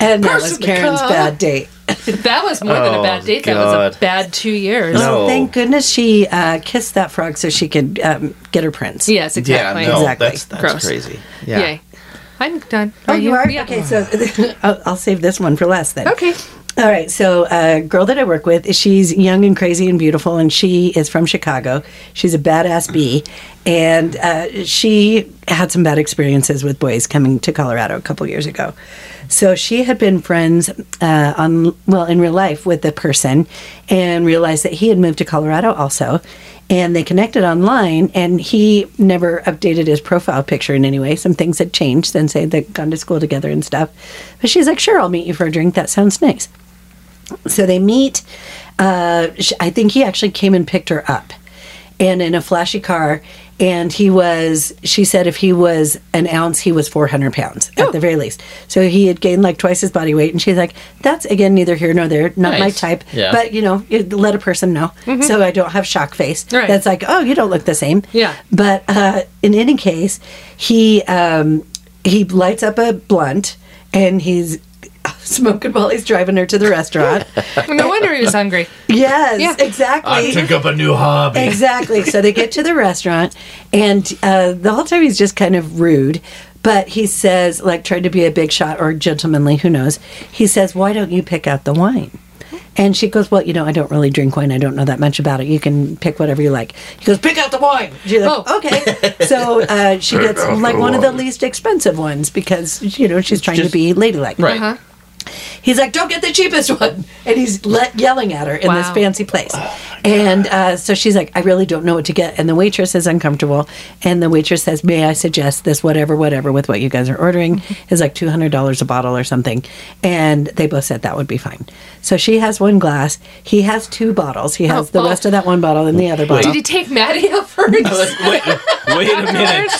And that was Karen's bad date.
That was more than a bad
Oh,
date. That was
God.
a bad two years.
No.
Oh, thank goodness she uh, kissed that frog so she could um, get her prints.
Yes,
Yeah,
exactly.
no,
Exactly.
that's, that's
Gross.
crazy.
Yeah.
Yeah.
Yay. I'm done.
Oh, you are?
Yeah.
Okay, so I'll, I'll save this one for last then.
Okay.
All right, so a girl that I work with, she's young and crazy and beautiful, and she is from Chicago. She's a badass bee, and uh, she had some bad experiences with boys coming to Colorado a couple years ago. So she had been friends uh, on well in real life with the person, and realized that he had moved to Colorado also, and they connected online. And he never updated his profile picture in any way. Some things had changed since they had gone to school together and stuff. But she's like, "Sure, I'll meet you for a drink. That sounds nice." So they meet. Uh, sh- I think he actually came and picked her up, and in a flashy car. And he was. She said if he was an ounce, he was four hundred pounds
Oh.
at the very least. So he had gained like twice his body weight. And she's like, "That's again neither here nor there. Not my
Nice.
type.
Yeah. Mm-hmm.
But you know, you let a person know, so I don't have shock face.
Right.
That's like, oh, you don't look the same.
Yeah.
But uh, in any case, he um, he lights up a blunt and he's smoking while he's driving her to the restaurant.
No wonder he was hungry.
yes,
Yeah.
exactly.
up a new hobby.
Exactly. So they get to the restaurant, and uh, the whole time he's just kind of rude. But he says, like, trying to be a big shot or gentlemanly, who knows? He says, Why don't you pick out the wine? And she goes, Well, you know, I don't really drink wine. I don't know that much about it. You can pick whatever you like. He goes, Pick out the wine. She's like,
Oh.
Okay. So uh, she gets like one of the least expensive ones because, you know, she's trying to
Just-
be ladylike.
Right.
He's like, don't get the cheapest one. And he's le- yelling at her in this
Wow.
fancy place. and uh, so she's like, I really don't know what to get. And the waitress is uncomfortable. And the waitress says, May I suggest this, whatever, whatever, with what you guys are ordering is like $200 a bottle or something. And they both said that would be fine. So she has one glass. He has two bottles. He has
Oh,
the
well-
rest of that one bottle and the other bottle.
Did he take Maddie out first?
Wait, wait a minute.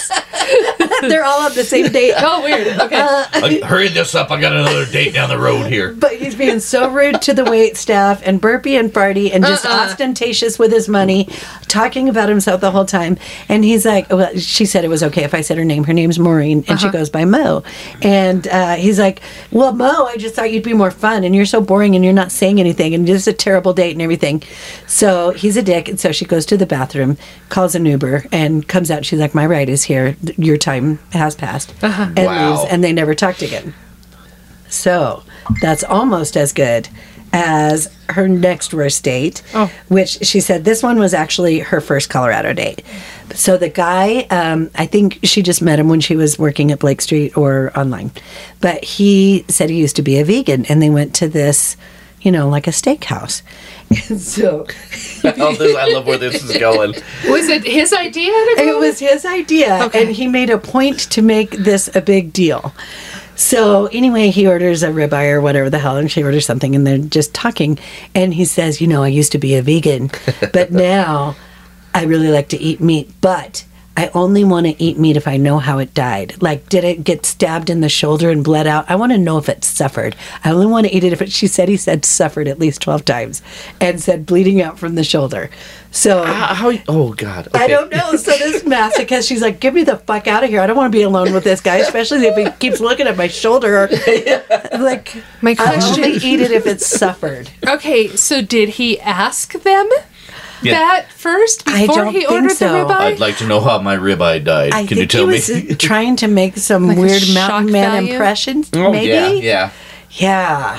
They're all on the same date.
Oh, weird. Okay.
Uh,
I- hurry this up. I got another date down the road here.
But he's being so rude to the wait staff and burpy and farty and just ostentatious with his money, talking about himself the whole time. And he's like, well, she said it was okay if I said her name. Her name's Maureen and she goes by Mo. And uh, he's like, well, Mo, I just thought you'd be more fun and you're so boring and you're not saying anything and just a terrible date and everything. So he's a dick. And so she goes to the bathroom, calls an Uber and comes out. She's like, my ride is here. Your time has passed. And
Wow.
leaves. And they never talked again. So that's almost as good as her next worst date,
Oh.
which she said this one was actually her first Colorado date. So the guy, um, I think she just met him when she was working at Blake Street or online, but he said he used to be a vegan and they went to this, you know, like a steakhouse. And so
Oh, this, I love where this is going.
Was it his idea to go?
it was his idea
Okay.
and he made a point to make this a big deal so anyway he orders a ribeye or whatever the hell and she orders something and they're just talking and he says you know i used to be a vegan but now i really like to eat meat but I only want to eat meat if I know how it died. Like, did it get stabbed in the shoulder and bled out? I want to know if it suffered. I only want to eat it if it, she said he said suffered at least 12 times and said bleeding out from the shoulder. So,
How? how- oh God.
I
okay.
don't know. So this masochist, she's like, "Get me the fuck out of here! I don't want to be alone with this guy, especially if he keeps looking at my shoulder." Or, like,
My
I only
question.
eat it if it's suffered.
Uh, Okay, so did he ask them
Yeah.
that first
I
before
don't
he
think
ordered
so.
the ribeye?
I'd like to know how my ribeye died.
I
Can
think
you tell
he
me?
was uh, trying to make some
Like a
weird mountain
shock
man
value?
impression.
Oh,
maybe,
Yeah. Yeah.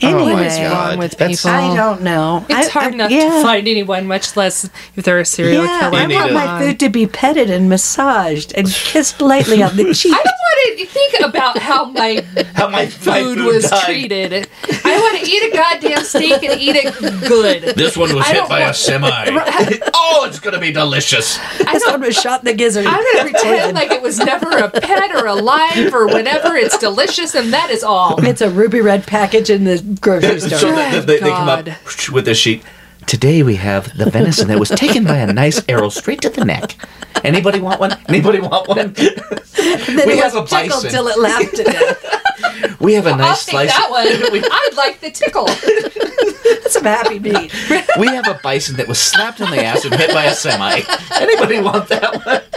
Oh,
Yeah.
my
Anyway,
What's
God.
wrong with
That's-
people?
I don't know.
It's
I-
hard
I-
enough
yeah.
to find anyone, much less if they're a serial
Yeah,
killer.
I
You
want
need
my food to be petted and massaged and kissed lightly on the cheek.
I don't want to think about how my
How my, my
food was
died.
treated. I want to eat a goddamn steak and eat it good.
This one was
I don't
hit by a
want-
semi. oh, it's gonna be delicious.
This one was shot in the gizzard.
I'm gonna pretend like it was never a pet or alive or whatever. It's delicious, and that is all.
It's a ruby red package in the grocery store.
So they, they, they come up
God.
with this sheet. Today we have the venison that was taken by a nice arrow straight to the neck. Anybody want one? Anybody want one?
Then
We
it
have
was
a
tickled
bison.
till it laughed to death.
We have a
I'll
nice
take
slice.
that one. I would like the tickle.
That's some happy meat.
We have a bison that was slapped in the ass and hit by a semi. Anybody want that one?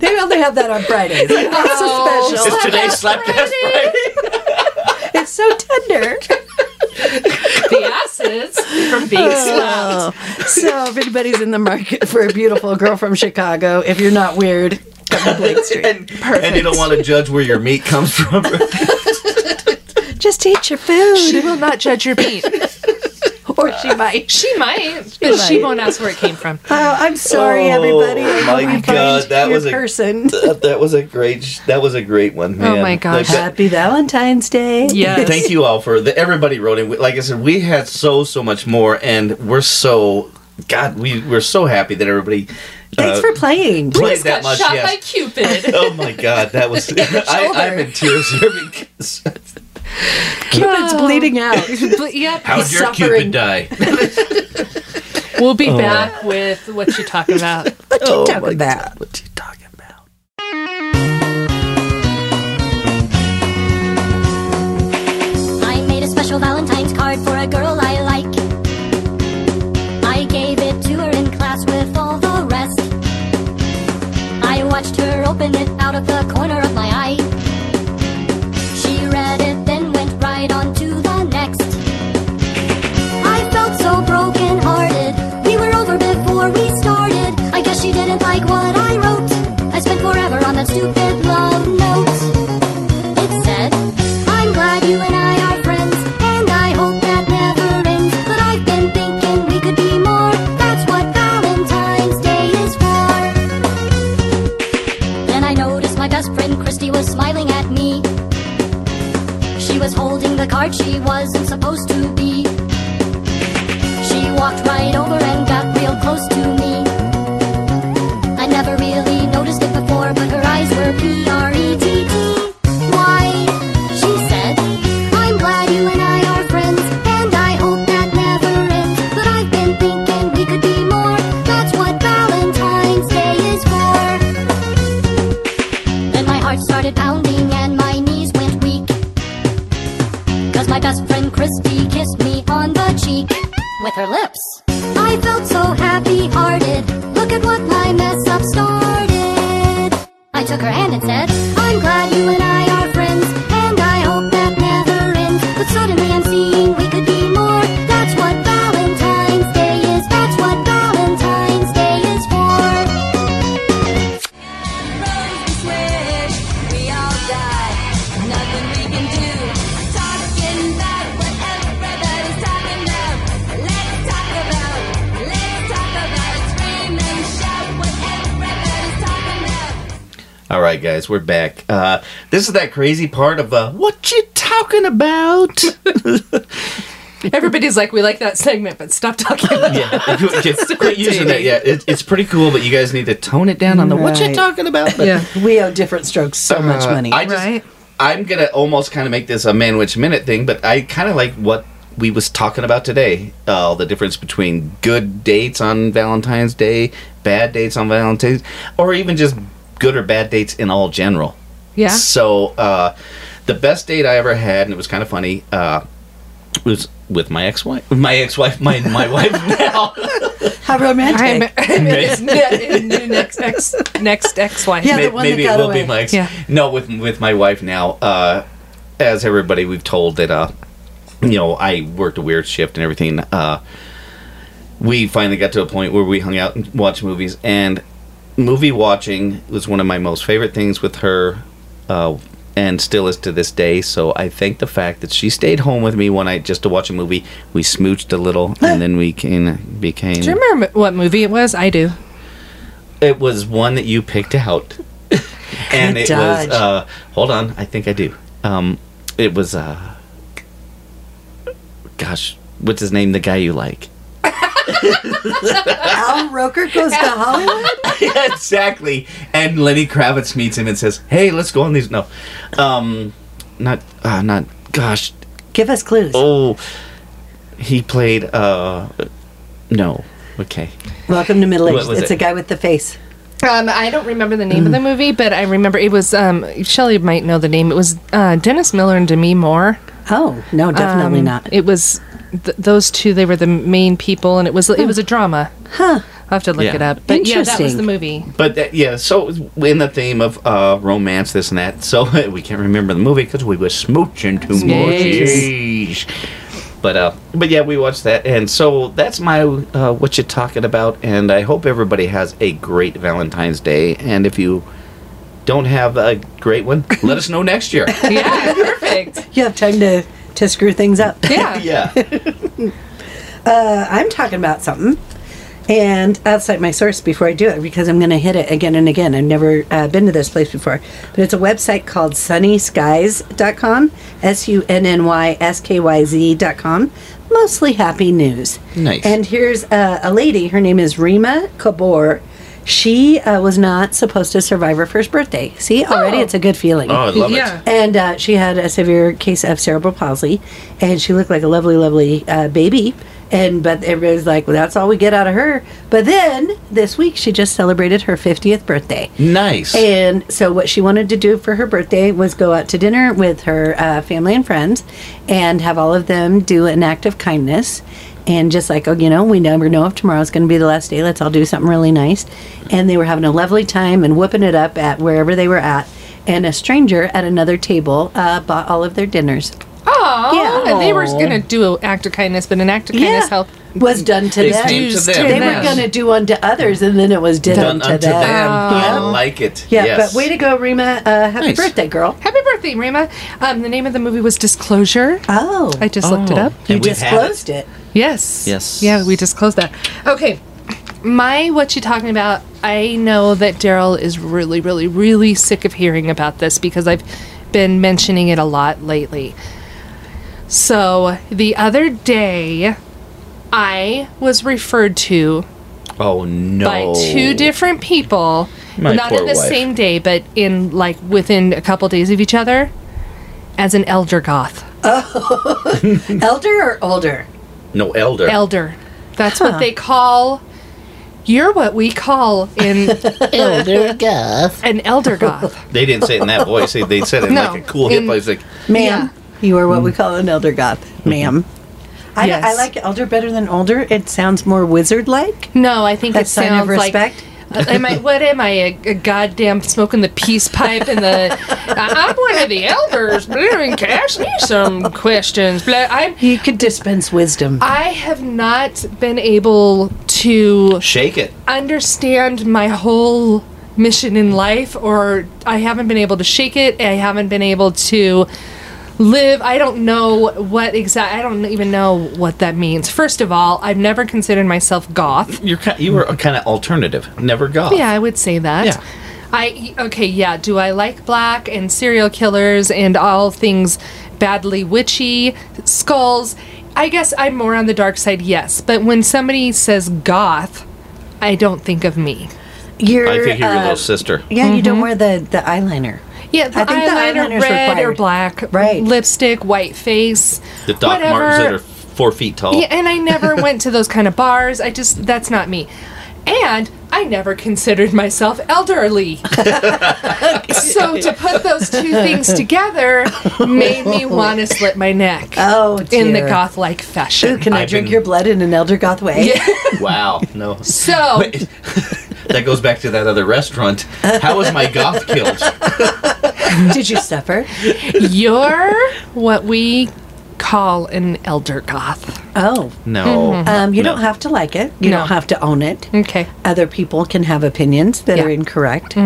They only have that on Fridays. That's
Oh.
so
Is
special.
today slapped ass Friday?
It's so tender.
The asses from being slapped.
So if anybody's in the market for a beautiful girl from Chicago, if you're not weird, come to Blake Street.
And you don't want to judge where your meat comes from.
Just eat your food.
She will not judge your meat.
Or she might.
Uh, She might, but she
might.
won't ask where it came from.
Oh, I'm sorry, everybody. I
Oh,
hope
my
you find
God, that
your
was a-
person.
that, that was a great. sh- That was a great one. Man.
my gosh.
Like, that-
Happy Valentine's Day.
Yes.
Thank you all for the everybody wrote in. Like I said, we had so so much more, and we're so God, we we're so happy that everybody.
Thanks
uh,
for playing.
played
Just
that
got
much.
shot
yes.
by Cupid.
Oh my God, that was. I, I'm in tears here because.
Cupid's bleeding out.
But yep,
How'd
He's
your
suffering.
Cupid die?
we'll be back with what you talking about.
oh
Talk
my
about.
God, what you talking about?
I made a special Valentine's card for a girl I like. I gave it to her in class with all the rest. I watched her open it out of the corner of my eye. She read it, then went right on to the next. I felt so broken hearted. We were over before we started. I guess she didn't like what I wrote. I spent forever on that stupid love note. It said, I'm glad you and I are friends, and I hope that never ends. But I've been thinking we could be more. That's what Valentine's Day is for. Then I noticed my best friend Christy was smiling at me. She was holding the card she wasn't supposed to be. She walked right over and got real close to me. I never really noticed it before, but her eyes were E P-R-E-T-T-Y. She said, I'm glad you and I are friends, and I hope that never ends. But I've been thinking we could be more. That's what Valentine's Day is for. heart started pounding and my knees went weak. Cause my best friend Christy kissed me on the cheek with her lips. I felt so happy hearted. Look at what my mess up started. I took her hand and said, I'm glad you and I are friends, and I hope that never ends. But suddenly I'm seeing we could be more. That's what Valentine's Day is. That's what Valentine's Day is for.
All right, guys, we're back. Uh, this is that crazy part of uh, what you talking about?
Everybody's like, we like that segment, but stop talking. About it.
yeah, just quit using it. Yeah, it, it's pretty cool, but you guys need to tone it down on the what you
Right.
talking about. But,
Yeah.
We owe different strokes so much
uh,
money.
I just,
Right.
I'm gonna almost kind of make this a man which minute thing, but I kind of like what we was talking about today. Uh, the difference between good dates on Valentine's Day, bad dates on Valentine's, or even just good or bad dates in all general.
Yeah.
So uh, the best date I ever had, and it was kind of funny, uh, was with my ex-wife. My ex-wife, my my wife now.
How romantic.
I'm, it's ne- new next ex next ex wife.
Yeah.
May-
the one that
maybe
got
it will
away.
be my ex.
Yeah.
No, with with my wife now. Uh, as everybody, we've told that uh, you know I worked a weird shift and everything. Uh, we finally got to a point where we hung out and watched movies, and movie watching was one of my most favorite things with her. Uh, and still is to this day. So I thank the fact that she stayed home with me one night just to watch a movie. We smooched a little, and then we can, became.
Do you remember what movie it was? I do.
It was one that you picked out. and
Good
it
dodge.
was uh hold on, I think I do. Um it was uh gosh, what's his name, the guy you like?
Al Roker goes to Hollywood?
yeah, exactly. And Lenny Kravitz meets him and says, "Hey, let's go on these no. Um not uh not gosh.
Give us clues.
Oh. He played uh no. Okay.
Welcome to Middle
What
Ages.
was
It's
it?
a guy with the face.
Um, I don't remember the name of the movie, but I remember it was. Um, Shelley might know the name. It was uh, Dennis Miller and Demi Moore.
Oh, no, definitely
Um,
not.
It was th- those two. They were the main people, and it was it was a drama. Huh. I'll have to look
Yeah.
it up. But yeah, that was
Interesting.
the movie.
But that, yeah, so in the theme of uh, romance, this and that. So we can't remember the movie because we were smooching too much. Jeez. But uh, but yeah, we watched that, and so that's my uh, what you're talking about. And I hope everybody has a great Valentine's Day. And if you don't have a great one, let us know next year.
Yeah, perfect.
You have time to, to screw things up.
Yeah.
yeah.
I'm talking about something, and I'll cite my source before I do it because I'm going to hit it again and again. I've never uh, been to this place before, but it's a website called sunnyskies.com, S U N N Y S K Y Z.com. Mostly happy news.
Nice.
And here's uh, a lady, her name is Rima Kabor. She uh, was not supposed to survive her first birthday. See, already it's a good feeling.
Oh, I love
Yeah.
it.
And uh, she had a severe case of cerebral palsy, and she looked like a lovely, lovely uh, baby. And but everybody's like, well, that's all we get out of her. But then this week, she just celebrated her 50th birthday.
Nice.
And so, what she wanted to do for her birthday was go out to dinner with her uh, family and friends and have all of them do an act of kindness. And just like, oh, you know, we never know if tomorrow's going to be the last day. Let's all do something really nice. And they were having a lovely time and whooping it up at wherever they were at. And a stranger at another table uh, bought all of their dinners.
Aww.
Yeah.
Oh, And they were gonna do an act of kindness, but an act of kindness help.
was done to
It's
them.
due to them.
They were
Yes.
going to do unto others, and then it was done,
Done
to
unto them.
them.
I
Yeah.
like it.
Yeah,
yes.
but way to go, Rima. Uh, happy
Nice.
birthday, girl.
Happy birthday, Rima. Um, the name of the movie was Disclosure.
Oh.
I just looked it
Oh.
up.
You
And we've had
disclosed it.
Yes.
Yes.
Yeah, we disclosed that. Okay. My what you talking about? I know that Daryl is really, really, really sick of hearing about this because I've been mentioning it a lot lately. So the other day, I was referred to
Oh no.
by two different people,
My
not
poor
in the
wife.
same day, but in like within a couple days of each other, as an elder goth.
Elder or older?
No elder.
elder. That's what they call You're what we call in
Elder Goth.
an elder goth.
They didn't say it in that voice. They, they said it in
No.
like a cool hip
In-
voice. Like,
Ma'am, you are what we call an elder goth, ma'am. I, I
Yes.
like elder better than older. It sounds more wizard like.
No, I think
That
it
sign of
sounds like.
respect?
Uh, am I? What am I? A, a goddamn smoking the peace pipe and the. I- I'm one of the elders. Blue and ask me some questions. Blah, I'm.
You could dispense wisdom.
I have not been able to
shake it.
understand my whole mission in life or I haven't been able to shake it. I haven't been able to live. I don't know what exact I don't even know what that means. First of all, I've never considered myself goth.
You're kind, you were kind of alternative. Never goth.
Yeah, I would say that.
Yeah.
I okay, yeah, do I like black and serial killers and all things badly witchy, skulls? I guess I'm more on the dark side, yes. But when somebody says goth, I don't think of me.
You're,
I think you're your
uh,
little sister.
Yeah, you don't wear the, the eyeliner.
Mm-hmm. Yeah, the
I think the
eyeliner,
eyeliner's
red or
required.
black,
Right.
Lipstick, white face,
The Doc
whatever.
Martens that are four feet tall.
Yeah, and I never went to those kind of bars. I just that's not me. And I never considered myself elderly. so to put those two things together made me want to slit my neck.
Oh,
in the
dear.
goth like fashion.
Can I
I've
drink
been-
your blood in an elder goth way?
Wow. No.
So
that goes back to that other restaurant. How was my goth killed?
Did you suffer?
you're what we call an elder goth.
Oh.
No.
Um, you
No.
don't have to like it. You
No.
don't have to own it.
Okay.
Other people can have opinions that
Yeah. Mm.
are incorrect.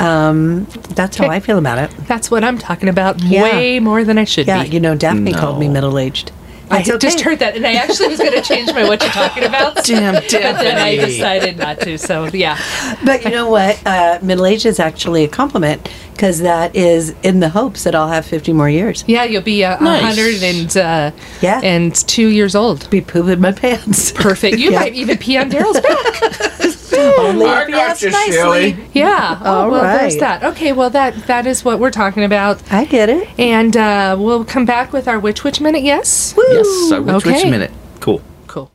Um, that's how I feel about it.
That's what I'm talking about
Yeah.
way more than I should
Yeah,
be.
you know, Daphne called me
No.
middle aged.
I just heard that, and I actually was going to change my what you're talking about.
Damn,
But then I decided not to. So yeah,
But you know what? Uh, middle age is actually a compliment because that is in the hopes that I'll have 50 more years.
yeah, you'll be uh,
Nice.
100 and uh,
Yeah.
and two years old.
Be pooping my pants.
Perfect. You might even pee on Daryl's back.
Only
I
if he asks
got you,
nicely.
Shelley.
Yeah. Oh,
All
well, there's
right.
that. Okay. Well, that that is what we're talking about,
I get it.
and uh, we'll come back with our witch witch minute. Yes.
Yes. I which, which
Okay.
minute? Cool.
Cool.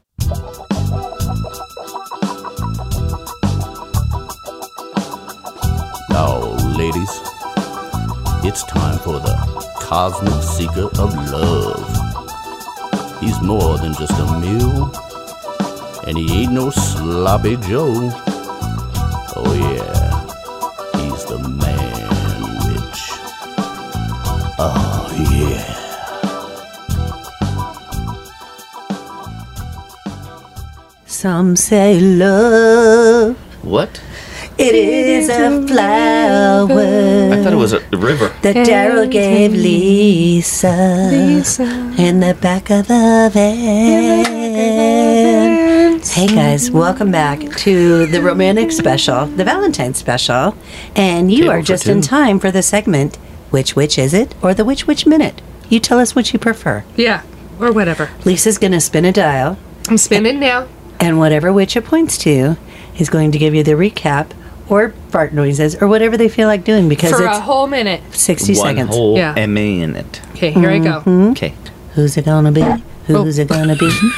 Now, ladies, it's time for the Cosmic Seeker of Love. He's more than just a mule, and he ain't no sloppy Joe. Oh, yeah, he's the man witch. Oh, yeah.
Some say love,
What?
it is a flower
I thought it was a river.
that Daryl gave Lisa, in the back of the van. Hey guys, welcome back to the romantic special, the Valentine's special, and you
Table
are
for
just in
two.
time for the segment "Which Which Is It?" or the "Which Which Minute." You tell us which you prefer.
Yeah. Or whatever.
Lisa's gonna spin a dial,
I'm spinning now.
and whatever witch it points to is going to give you the recap or fart noises or whatever they feel like doing because
For a
it's
whole minute.
60
One
seconds.
whole
Yeah.
yeah. minute.
Okay, here I
Mm-hmm.
go.
Okay.
Who's it gonna be? Who's
Oh.
it gonna be? pew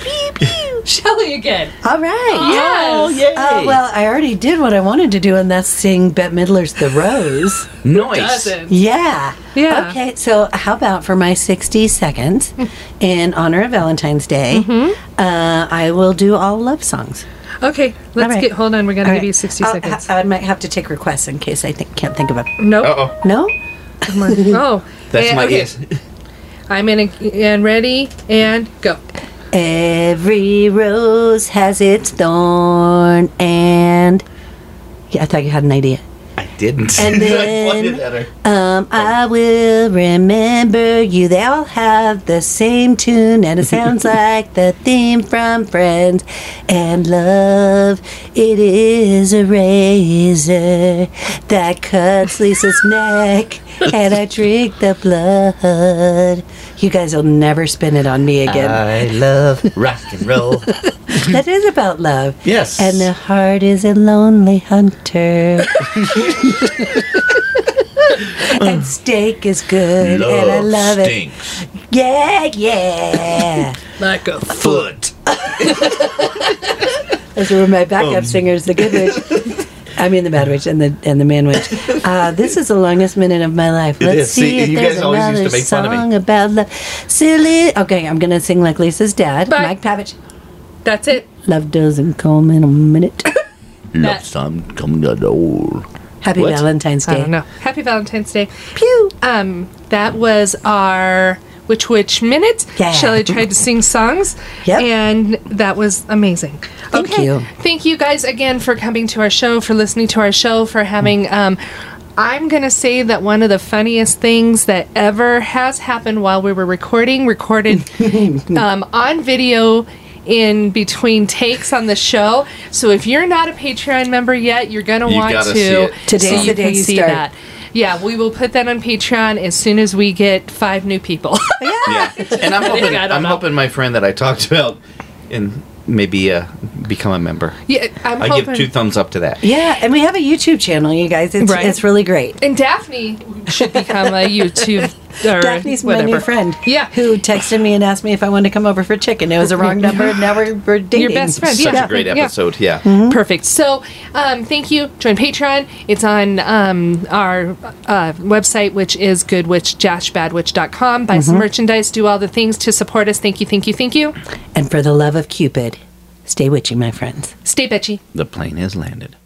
pew pew.
Shelly again.
All right.
Yes.
yay.
Oh well, I already did what I wanted to do, and that's sing Bette Midler's "The Rose."
nice.
yeah.
Yeah.
Okay. So, how about for my sixty seconds, in honor of Valentine's Day,
Mm-hmm.
uh, I will do all love songs.
Okay, let's
right.
get. Hold on, we're gonna
All
give
right.
you 60
I'll-
seconds.
I, might have to take requests in case I think, can't think of a
nope.
Uh oh.
no.
Oh,
That's
and-
my
okay.
yes.
I'm in a, and ready and go.
Every rose has its thorn, and yeah, I thought you had an idea.
I didn't.
And
I
then-
pointed at her.
Um, I will remember you. They all have the same tune, and it sounds like the theme from Friends and Love. It is a razor that cuts Lisa's neck, and I drink the blood. You guys will never spin it on me again.
I love rock and roll.
that is about love.
Yes.
And the heart is a lonely hunter. and steak is good, and I love it.
stinks.
Yeah, yeah.
Let go.
Foot.
Those were my
Um.
backup singers, the Good Witch. I mean the Bad Witch and the and the Man Witch. Uh, this is the longest minute of my life.
It
Let's
is.
see
See,
if
you
there's
guys always used to
another
make fun of me.
song about love. Silly. Okay, I'm gonna sing like Lisa's dad,
Bye.
Mike Pavich.
That's it.
Love doesn't come in a minute.
Love some coming at all.
Happy
What?
Valentine's Day.
I don't know. Happy Valentine's Day. Pew. Um, that was our Witch Witch Minute.
Yeah.
Shelley tried to sing songs.
Yep.
And that was amazing.
Thank
okay.
you.
Thank you guys again for coming to our show, for listening to our show, for having. Um, I'm going to say that one of the funniest things that ever has happened while we were recording, recorded um, on video in between takes on the show. So if you're not a Patreon member yet, you're going to
You
want
gotta
to.
see it.
Today's
so
the day
can
you
see
start.
that. Yeah, we will put that on Patreon as soon as we get five new people.
Yeah, and I'm hoping
I don't
I'm
know.
hoping my friend that I talked about and maybe uh, become a member.
yeah, I'm
I
hoping.
give two thumbs up to that.
Yeah, and we have a YouTube channel, you guys. It's
Right.
it's really great.
and Daphne should become a YouTube. Or
Daphne's
whatever.
my new friend.
Yeah.
Who texted me and asked me if I wanted to come over for chicken. It was the wrong number. and Now we're, we're dating.
best friend,
Such
yeah.
a great
Yeah. Mm-hmm.
episode. Yeah.
Perfect. So, um, thank you. Join Patreon. It's on um, our uh, website, which is goodwitch-badwitch.com. Buy some merchandise. Do all the things to support us. Thank you. Thank you. Thank you.
And for the love of Cupid, stay witchy, my friends.
Stay bitchy.
The plane has landed.